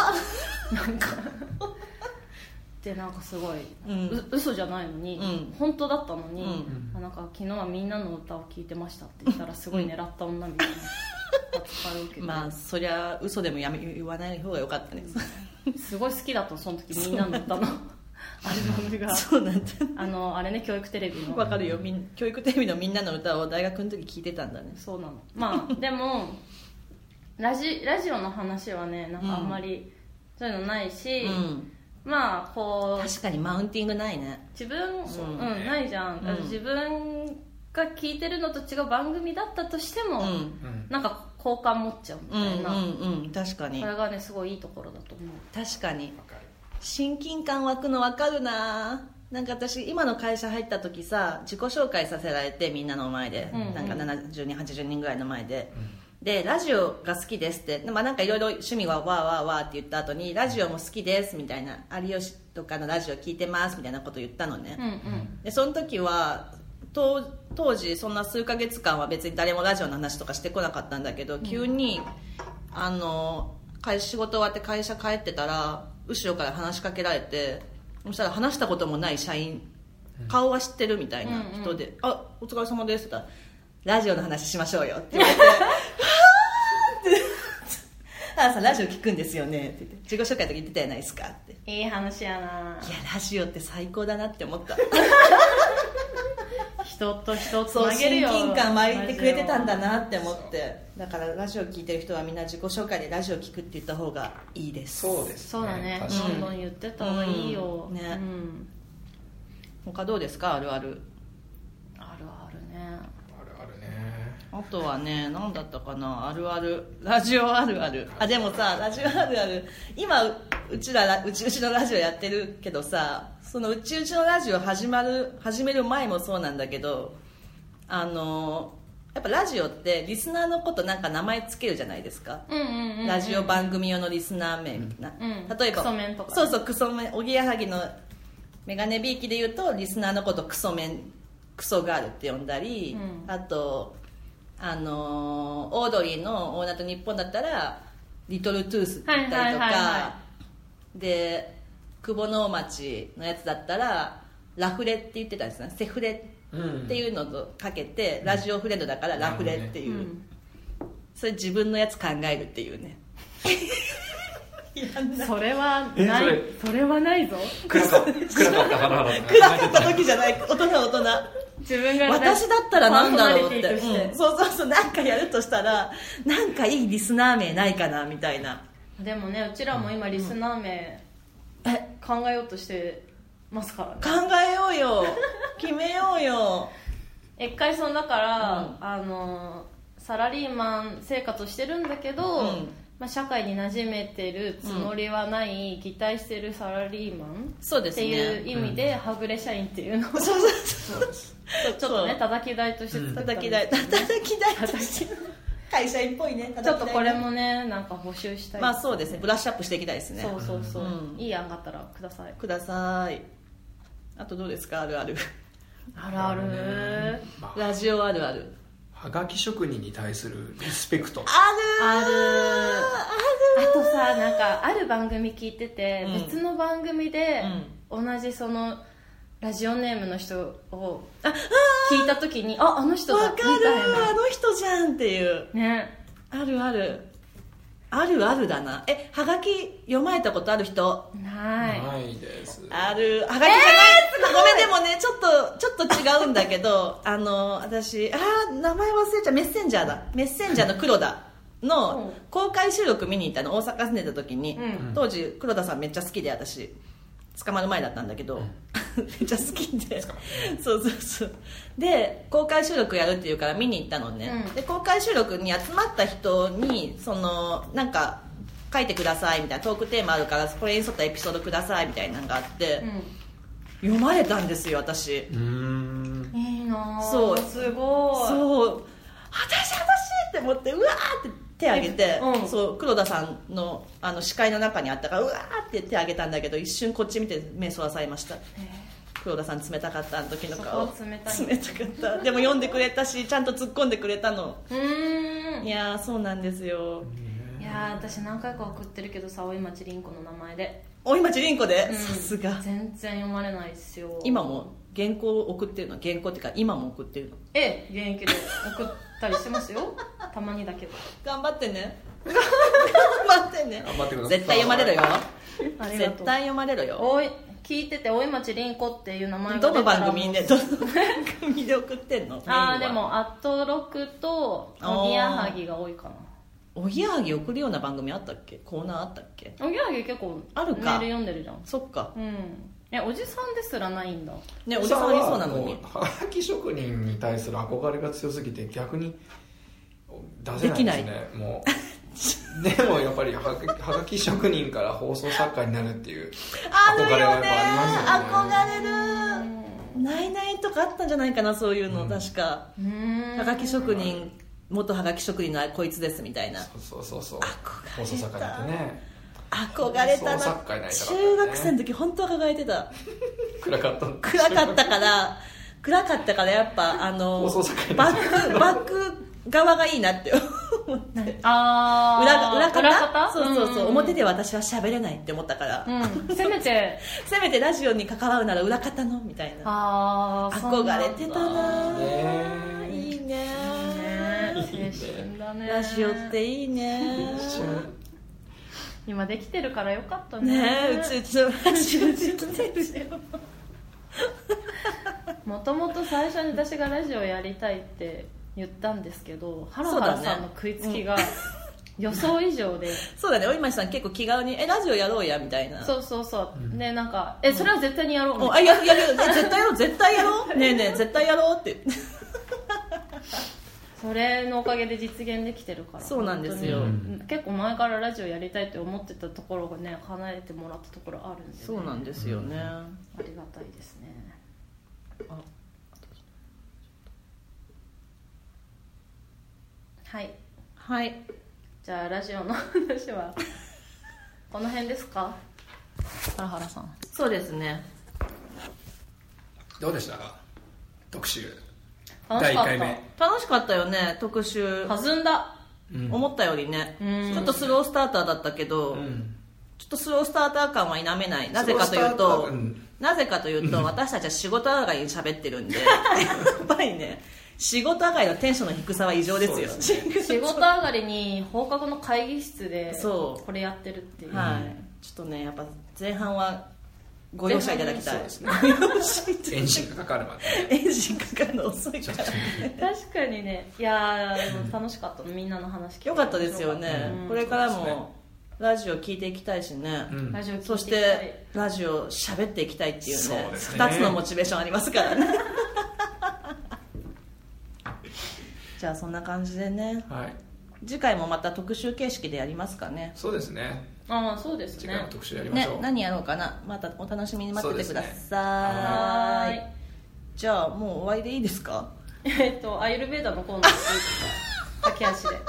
Speaker 2: て
Speaker 3: なんかすごい、
Speaker 2: うん
Speaker 3: う嘘じゃないのに、
Speaker 2: うん
Speaker 3: 本当だったのに、
Speaker 2: うん
Speaker 3: あなんか昨日はみんなの歌を聴いてましたって言ったらすごい狙った女みたい
Speaker 2: <laughs>
Speaker 3: な扱いを受けて、
Speaker 2: <laughs> まあそりゃ嘘でもやめ言わない方が良か
Speaker 3: <laughs>
Speaker 2: ったね
Speaker 3: すごい好きだったのその時みんなの歌のアルバムが
Speaker 2: そうなんだ
Speaker 3: あのあれね教育テレビ
Speaker 2: <laughs>
Speaker 3: の
Speaker 2: わかるよみん教育テレビのみんなの歌を大学の時聞いてたんだね
Speaker 3: そうなの
Speaker 2: <laughs>
Speaker 3: まあでもラジラジオの話はねなんかあんまりそういうのないし、
Speaker 2: うん
Speaker 3: まあこう
Speaker 2: 確かにマウンティングないね
Speaker 3: 自分
Speaker 2: そう
Speaker 3: うん
Speaker 1: ね
Speaker 3: ないじゃん、
Speaker 2: うん
Speaker 3: 自分が聞いてるのと違う番組だったとして
Speaker 2: う
Speaker 3: も、
Speaker 2: ん
Speaker 1: うん
Speaker 3: なんか好感持っちゃうみ
Speaker 2: うんう
Speaker 3: たいな、
Speaker 2: んうん確かに
Speaker 3: それがねすごいいいところだと思う
Speaker 2: 確かに
Speaker 1: わかる
Speaker 2: 親近感湧くの分かるななんか私今の会社入った時さ自己紹介させられてみんなの前で、
Speaker 3: うんうん
Speaker 2: なんか70人80人ぐらいの前で、でラジオが好きですって、まあ、なんかいろいろ趣味はわーわーわーって言った後にラジオも好きですみたいな有吉とかのラジオ聞いてますみたいなこと言ったのね、
Speaker 3: うんうん
Speaker 2: でその時は当当時そんな数ヶ月間は別に誰もラジオの話とかしてこなかったんだけど急に、あの会仕事終わって会社帰ってたら後ろから話しかけられてそしたら話したこともない社員顔は知ってるみたいな人で「あお疲れ様です」って言ったら「ラジオの話しましょうよ」って言われて「はあ!」って「 <laughs> あさんラジオ聞くんですよね」って言って「自己紹介とか言ってたじゃないですか」って。
Speaker 3: いい話やない
Speaker 2: やラジオって最高だなって思った
Speaker 3: 一人と人をつ
Speaker 2: そう
Speaker 3: なげ
Speaker 2: 親
Speaker 3: るよ
Speaker 2: 近感湧いてくれてたんだなって思っ
Speaker 1: そう
Speaker 2: てだからラジオ聞いてる人はみんな自己紹介でラジオ聞くって言った方がいいです
Speaker 1: そうです、ね、
Speaker 3: そうだね
Speaker 1: 確かに
Speaker 3: どんどん言ってった方がいいよ、
Speaker 2: うんね
Speaker 3: うん
Speaker 2: 他どうですかあるある
Speaker 3: あるあるね
Speaker 1: あるあるね
Speaker 2: あとはね何だったかなあるあるラジオあるあるあでもさラジオあるある今ううちららうちうちのラジオやってるけどさそのうちうちのラジオ始まる始める前もそうなんだけどあのやっぱラジオってリスナーのことなんか名前つけるじゃないですか
Speaker 3: うんうんうんうん
Speaker 2: ラジオ番組用のリスナー名みたいな、
Speaker 3: うん
Speaker 2: 例えば
Speaker 3: クソメンとか
Speaker 2: そうそうクソメンおぎやはぎのメガネびいきで言うとリスナーのことクソメンクソガールって呼んだり、
Speaker 3: うん
Speaker 2: あとあのーオードリーの「オールナイトニッポン」だったら「リトルトゥース」って言ったりとか、
Speaker 3: はいはいはいは
Speaker 2: で久保能町のやつだったら「ラフレ」って言ってたんですね「セフレ」っていうのとかけて、ラジオフレンドだから「ラフレ」っていう、
Speaker 3: うん
Speaker 2: それ自分のやつ考えるっていう
Speaker 3: <laughs>
Speaker 2: ねやんな
Speaker 3: それは
Speaker 1: え
Speaker 3: ない
Speaker 1: それ
Speaker 3: それはないぞ
Speaker 1: 暗か暗かった花々
Speaker 2: 暗かった時じゃない大人は大人
Speaker 3: 自分が
Speaker 2: 私だったらなんだろうって
Speaker 3: パーソナリ
Speaker 2: う
Speaker 3: ティ
Speaker 2: ん
Speaker 3: とし
Speaker 2: そうそうそうなんかやるとしたらなんかいいリスナー名ないかなみたいな
Speaker 3: てでもねうちらも今リスナー名
Speaker 2: え
Speaker 3: 考えようとしてますから
Speaker 2: 考
Speaker 3: ね
Speaker 2: えようよ決めようよ
Speaker 3: 一回そのだから、
Speaker 2: うん
Speaker 3: あのサラリーマン生活をしてるんだけど、
Speaker 2: うん
Speaker 3: まあ、社会に馴染めてるつもりはない、擬態してるサラリーマン
Speaker 2: そうで
Speaker 3: っ
Speaker 2: す
Speaker 3: ていう
Speaker 2: ね
Speaker 3: 意味で、はぐれ社員っていうのをちょ
Speaker 2: そうそうそう
Speaker 3: っとね叩き台として作ったんで
Speaker 2: 叩
Speaker 3: す
Speaker 2: き
Speaker 3: よ
Speaker 2: 台叩き台
Speaker 3: ね
Speaker 2: と
Speaker 3: 叩
Speaker 2: し
Speaker 3: き
Speaker 2: て会社員っぽいね叩き台ね
Speaker 3: ちょっとこれもねなんか募集したい
Speaker 2: まあそうですねブラッシュアップしていきたいですね
Speaker 3: そうそうそう、
Speaker 2: うん
Speaker 3: いい案があったらください
Speaker 2: くださいあとどうですかあるある
Speaker 3: あるある
Speaker 1: まあ
Speaker 2: ラジオあるある
Speaker 1: はがき職人に対するリスペクト
Speaker 2: ある
Speaker 3: ある
Speaker 2: あ
Speaker 3: あとさなんかある番組聞いてて、
Speaker 2: うん
Speaker 3: 別の番組で、同じそのラジオネームの人を聞いた時にああの人
Speaker 2: るわ
Speaker 3: だ
Speaker 2: か
Speaker 3: み
Speaker 2: る
Speaker 3: た
Speaker 2: あ
Speaker 3: い
Speaker 2: の人じゃんっていう
Speaker 3: なね
Speaker 2: あるあるあるあるだなえはがき読まれたことある人
Speaker 3: ない
Speaker 1: ないです
Speaker 2: あるあがきじゃない、ごめんでもねちょっとちょっと違うんだけ
Speaker 3: <laughs>
Speaker 2: どあの私あー名前忘れちゃうメッセンジャーだメッセンジャーの黒田
Speaker 3: うん
Speaker 2: の公開収録見に行ったの大阪住んでた時に、
Speaker 3: うん
Speaker 2: 当時黒田さんめっちゃ好きで私捕まる前だったんだけど、 <laughs> めっちゃ好きで
Speaker 1: 捕ま
Speaker 2: そうそうそうで公開収録やるっていうから見に行ったのね、
Speaker 3: うん
Speaker 2: で公開収録に集まった人にそのなんか書いてくださいみたいなトークテーマあるからこれに沿ったエピソードくださいみたいなのがあって、読まれたんですよ私
Speaker 1: うーん
Speaker 3: うん、いいなぁ
Speaker 2: そう
Speaker 3: すごい
Speaker 2: そう私私って思ってうわーって手挙げて、
Speaker 3: うん
Speaker 2: そう黒田さんのあの視界の中にあったからうわーって手挙げたんだけど一瞬こっち見て目そらされました黒田さん冷たかったあの時の顔
Speaker 3: そこ冷たい
Speaker 2: 冷たかったでも読んでくれたしちゃんと突っ込んでくれたの
Speaker 3: うーん
Speaker 2: い
Speaker 3: いや
Speaker 2: やーそうなんですよ
Speaker 3: ー私何回か送ってるけどさおいまちりんこの名前で、
Speaker 2: お今ちりんこで
Speaker 3: うん
Speaker 2: さすが
Speaker 3: 全然読まれないっすよ
Speaker 2: 今も原稿を送ってるの原稿っていうか今も送ってるの
Speaker 3: ええ現役で送ったりしてますよ <laughs> たまにだ
Speaker 2: <laughs>
Speaker 3: けど
Speaker 2: 頑張ってね頑張ってね
Speaker 1: 頑張ってください
Speaker 2: 絶対読まれろよ
Speaker 3: ありがと
Speaker 2: 絶
Speaker 3: う
Speaker 2: 対読まれろよ
Speaker 3: おい聞いてておいまちりんこっていう名前が出た
Speaker 2: ど
Speaker 3: ら
Speaker 2: の番組でどの番組で送ってんの
Speaker 3: ああ
Speaker 2: メ
Speaker 3: で
Speaker 2: インは
Speaker 3: も「アットロク」と「おぎやはぎ」が多いかな
Speaker 2: おぎやはぎ送るような番組あったっけコーナーあったっけ
Speaker 3: おぎやはぎ結構
Speaker 2: あるか
Speaker 3: メール読んでるじゃん
Speaker 2: そっか
Speaker 3: うんえおじさんですらないんだ
Speaker 2: ねおじさんありそうなのに
Speaker 1: はがき職人に対する憧れが強すぎて逆に出せないですねもうでもやっぱりはがはがき職人から放送作家になるっていう
Speaker 2: ある
Speaker 1: 憧れは
Speaker 2: よ
Speaker 1: やっ
Speaker 2: ね
Speaker 1: ぱありますよね
Speaker 2: 憧れるないないとかあったんじゃないかなそういうの、
Speaker 1: うん
Speaker 2: 確か
Speaker 3: うーん
Speaker 2: はがき職人元はがき職人のこいつですみたいな
Speaker 1: そうそうそう
Speaker 2: 憧
Speaker 1: 放
Speaker 2: れ
Speaker 1: 送
Speaker 2: た
Speaker 1: 作家になってね
Speaker 2: 憧れ
Speaker 1: 放
Speaker 2: た
Speaker 1: 送
Speaker 2: な
Speaker 1: 作家になりたかったね
Speaker 2: 中学生の時本当憧れてた
Speaker 1: 暗かった
Speaker 2: 暗かっ
Speaker 1: <laughs>
Speaker 2: たから暗かったからやっぱあの
Speaker 1: 放送作家に
Speaker 2: バ
Speaker 1: なっ
Speaker 2: ックバック側がいいなって思って
Speaker 3: ああ
Speaker 2: 裏が裏方そうそうそう、表
Speaker 3: で
Speaker 2: では私は喋れないって思ったから、
Speaker 3: うんせめ
Speaker 2: <laughs>
Speaker 3: て
Speaker 2: せめてラジオに関わるなら裏方のみたいな
Speaker 3: ああ
Speaker 2: 憧れてたな
Speaker 1: ねえ
Speaker 2: いいね
Speaker 3: ね青春だね
Speaker 2: ラジオっていいね
Speaker 1: 一瞬
Speaker 3: 今できてるからよかったね
Speaker 2: ねえうちうちのラジオできてるよ
Speaker 3: <laughs> もともと最初に私がラジオやりたいって言ったんですけどハラハラさんの食いつきが予想以上で、
Speaker 2: そうだねお今さん結構気軽に「えラジオやろうや」みたいな
Speaker 3: そうそうそうでなんかえそれは絶対にやろうみたい
Speaker 2: お
Speaker 3: な
Speaker 2: あやるやるえ絶対やろう絶対やろうねえねえ絶対やろうって
Speaker 3: それのおかげで実現できてるから
Speaker 2: そうなんですよ
Speaker 3: 本当に結構前からラジオやりたいって思ってたところがね叶えてもらったところあるんで、ね、
Speaker 2: そうなんですよね、
Speaker 3: ありがたいですね
Speaker 2: あ
Speaker 3: はい
Speaker 2: はい
Speaker 3: じゃあラジオの
Speaker 2: <laughs>
Speaker 3: 話はこの辺ですか
Speaker 2: 原原さんそうですね
Speaker 1: どうでしたか特集
Speaker 3: 楽しか
Speaker 1: 第
Speaker 3: った
Speaker 1: 一回目
Speaker 2: 楽しかったよね特集
Speaker 3: 弾んだ
Speaker 1: うん
Speaker 2: 思ったよりね、
Speaker 3: うん
Speaker 2: ちょっとスロースターターだったけど、
Speaker 1: うん
Speaker 2: ちょっとスロースターター感は否めないなぜかという
Speaker 1: スロースター
Speaker 2: と、
Speaker 1: ターうん
Speaker 2: なぜかというと、私たちは仕事上がりに喋ってるんでやっぱりね仕事上がりのテンションの低さは異常ですよ
Speaker 1: そうです
Speaker 3: 仕事上がりに放課後の会議室で
Speaker 2: そう
Speaker 3: これやってるっていう
Speaker 2: はいちょっとねやっぱ前半はご容赦いただきたい
Speaker 3: 前半は
Speaker 1: ね
Speaker 2: ご容赦いただ
Speaker 1: エンジンがかかるまで
Speaker 2: エンジンかかるの遅い
Speaker 1: ち
Speaker 2: か
Speaker 1: ょっと
Speaker 2: ら
Speaker 3: 確かにねいやーでも楽しかったのみんなの話聞いて
Speaker 2: よかったですよね、
Speaker 3: うん
Speaker 2: これから
Speaker 1: そうですね
Speaker 2: もラジオ聞いていきたいしね、
Speaker 1: うん
Speaker 3: ラジオ聞いていきたい
Speaker 2: そしてラジオ喋っていきたいっていう
Speaker 1: そう
Speaker 2: ね
Speaker 1: ですね
Speaker 2: 2つのモチベーションありますから
Speaker 1: <laughs>
Speaker 2: ねじゃあそんな感じでね
Speaker 1: はい
Speaker 2: 次回もまた特集形式でやりますかね
Speaker 1: そうですね
Speaker 3: ああそうです
Speaker 1: 次
Speaker 3: ね
Speaker 1: 回の特集やりま
Speaker 2: ね
Speaker 1: しょう、
Speaker 2: 何やろうかなまたお楽しみに待っててくださ、
Speaker 3: はいーい
Speaker 2: じゃあもう終わりでいいですか
Speaker 3: えっとアイルベーダのコーナーです駆け足で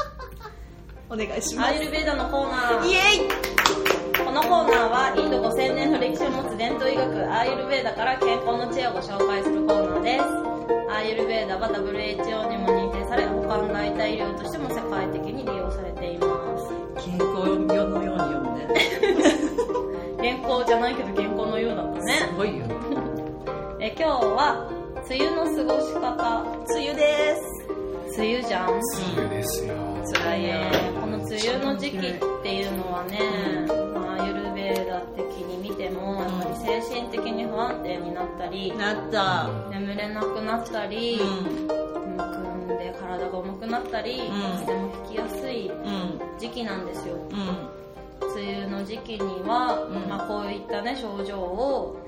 Speaker 2: お願いしま
Speaker 3: ア
Speaker 2: す
Speaker 3: イルベーダのコーナー
Speaker 2: イエイ
Speaker 3: このコーナーはインド5000年の歴史を持つ伝統医学アーユルベーダから健康の知恵をご紹介するコーナーですアーユルベーダは WHO にも認定され他の代替医療としても世界的に利用されています
Speaker 2: 健康のように読むね
Speaker 3: 健康じゃないけど健康のようだったね
Speaker 2: すごいよ
Speaker 3: え今日は梅雨の過ごし方
Speaker 2: 梅雨です
Speaker 3: 梅雨じゃん
Speaker 1: そうですよ
Speaker 3: 辛いねこの梅雨の時期っていうのはね、まあ、アーユルベーダ的に見てもやっぱり精神的に不安定になったり
Speaker 2: なった
Speaker 3: 眠れなくなったり、
Speaker 2: うん
Speaker 3: むくんで体が重くなったり、
Speaker 2: うん
Speaker 3: 風邪もひきやすい
Speaker 2: うん
Speaker 3: 時期なんですよ
Speaker 2: うん
Speaker 3: 梅雨の時期には、
Speaker 2: うん
Speaker 3: まあ、こういったね症状を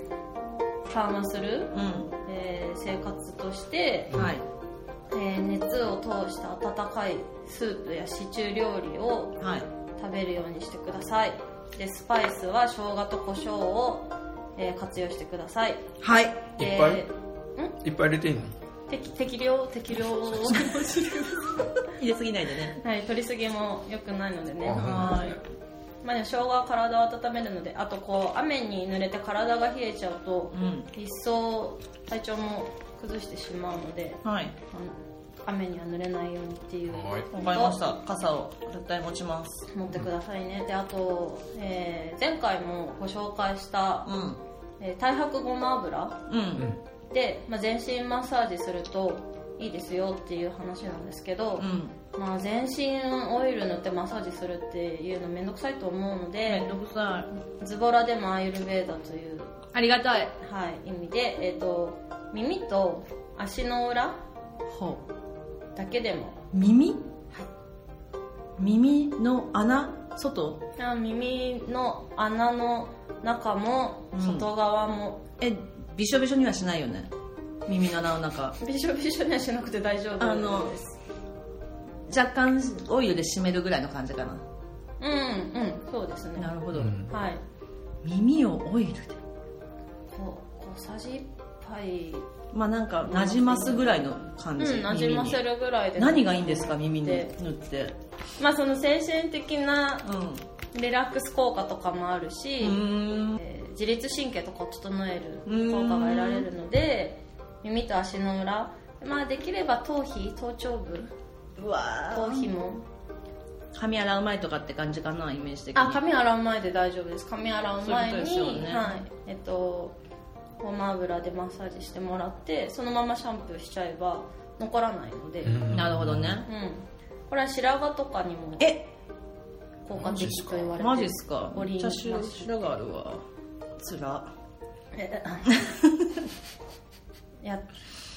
Speaker 3: 緩和する、
Speaker 2: う
Speaker 3: えー生活として、
Speaker 2: んはい
Speaker 3: えー熱を通した温かいスープやシチュー料理を
Speaker 2: はい
Speaker 3: 食べるようにしてくださいでスパイスは生姜と胡椒を、えー活用してください
Speaker 2: はい
Speaker 3: で
Speaker 1: いっぱいいっぱい入れていいの
Speaker 3: 適適量適
Speaker 1: <laughs>
Speaker 3: 量を
Speaker 2: 入れすぎないでね
Speaker 3: はい、取りすぎも良くないのでね。
Speaker 1: あ
Speaker 3: はい。まあ、でも生姜は体を温めるので、あとこう雨に濡れて体が冷えちゃうと
Speaker 2: う、ん
Speaker 3: 一層体調も崩してしまうので、
Speaker 2: はい
Speaker 3: あの雨には濡れないようにっていう。
Speaker 1: はい
Speaker 2: わかりました傘を絶対持ちます
Speaker 3: 持ってくださいね。で、あと、えー前回もご紹介した
Speaker 2: う、ん
Speaker 3: えー、太白ごま油
Speaker 2: う
Speaker 1: うんん
Speaker 3: で、まあ、全身マッサージするといいですよっていう話なんですけど、
Speaker 2: うん
Speaker 3: まあ、全身オイル塗ってマッサージするっていうのめんどくさいと思うので、
Speaker 2: めんどくさ
Speaker 3: ズボラでもアーユルベーダという、
Speaker 2: いありがたい
Speaker 3: はい、意味で、えっと耳と足の裏
Speaker 2: ほう
Speaker 3: だけでも
Speaker 2: 耳耳の穴外
Speaker 3: あ耳の穴の中も
Speaker 2: うん
Speaker 3: 外側も、
Speaker 2: えびしょびしょにはしないよね耳の穴の中
Speaker 3: びしょびしょにはしなくて大丈夫
Speaker 2: あの若干オイルで締めるぐらいの感じかな
Speaker 3: うんうんそうですね
Speaker 2: なるほど、
Speaker 1: うん
Speaker 3: はい
Speaker 2: 耳をオイルで
Speaker 3: こう小さじ1杯
Speaker 2: まあなんかなじますぐらいの
Speaker 3: うん
Speaker 2: 感じ、
Speaker 3: なじませるぐらいで
Speaker 2: 何がいいんですか耳に
Speaker 3: で
Speaker 2: 塗って
Speaker 3: まあその精神的な
Speaker 2: う
Speaker 3: リラックス効果とかもあるし、
Speaker 2: ん
Speaker 3: えー自律神経とかを整え
Speaker 2: う
Speaker 3: る
Speaker 2: ーん
Speaker 3: 効果が得られるので耳と足の裏、まあ、できれば頭皮頭頂部
Speaker 2: うわ
Speaker 3: 頭皮も
Speaker 2: 髪洗う前とかって感じかなイメージ的に
Speaker 3: あ髪洗う前で大丈夫です髪洗う前
Speaker 2: そういうことで
Speaker 3: に
Speaker 2: すよね
Speaker 3: はいえっとごま油でマッサージしてもらってそのままシャンプーしちゃえば残らないので、うん
Speaker 1: うん
Speaker 2: なるほどね
Speaker 3: これは白髪とかにも
Speaker 2: え
Speaker 3: 効果的と言われて
Speaker 2: マジっすか
Speaker 3: おり
Speaker 2: めっ
Speaker 3: に
Speaker 2: ち
Speaker 3: な
Speaker 2: ゃ
Speaker 3: っ
Speaker 2: 白白があるわつら
Speaker 3: えや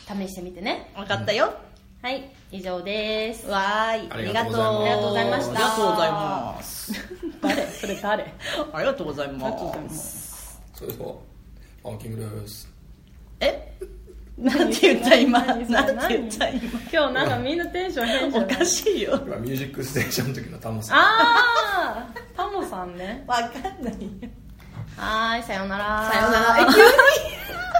Speaker 3: 試してみてね
Speaker 2: 分かったよ、
Speaker 3: はい以上です
Speaker 2: わーい
Speaker 1: ありがとうございます
Speaker 2: ありがとうございます
Speaker 3: 誰それ誰
Speaker 2: ありがとうござい
Speaker 3: ありがとうござい
Speaker 2: ま
Speaker 3: ますす
Speaker 1: それではマーキングです
Speaker 2: えなんて言った今なん
Speaker 3: 何
Speaker 2: て
Speaker 3: それ
Speaker 2: 言った今
Speaker 3: 今日なんかみんなテンション変じゃ
Speaker 2: お
Speaker 3: ない
Speaker 2: かしいよ
Speaker 1: 今ミュージックステーションの時のタモさん
Speaker 3: あータモさんね
Speaker 2: わかんないよ
Speaker 3: はーいさようなら
Speaker 2: さようなら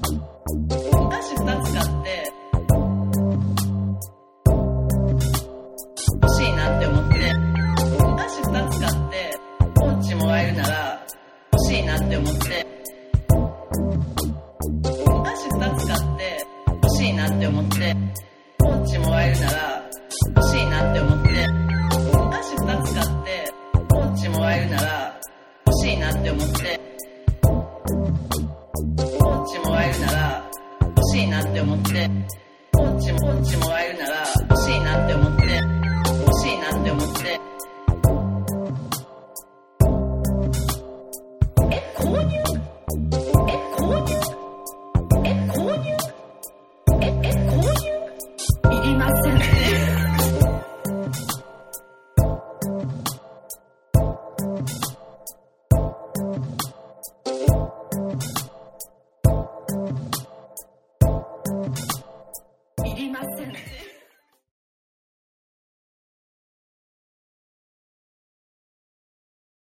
Speaker 2: 私2つ買って欲しいなって思って私2つ買ってポンチもらえるなら欲しいなって思って私2つ買って欲しいなって思ってポンチもらえるなら欲しいなって思って私2つ買ってポンチもらえるなら欲しいなって思ってポンチもらえるなら欲しいなって思ってポンチポンチもらえるなら欲しいなって思って欲しいなって思ってえ購入え購入え購入ええ購入いりません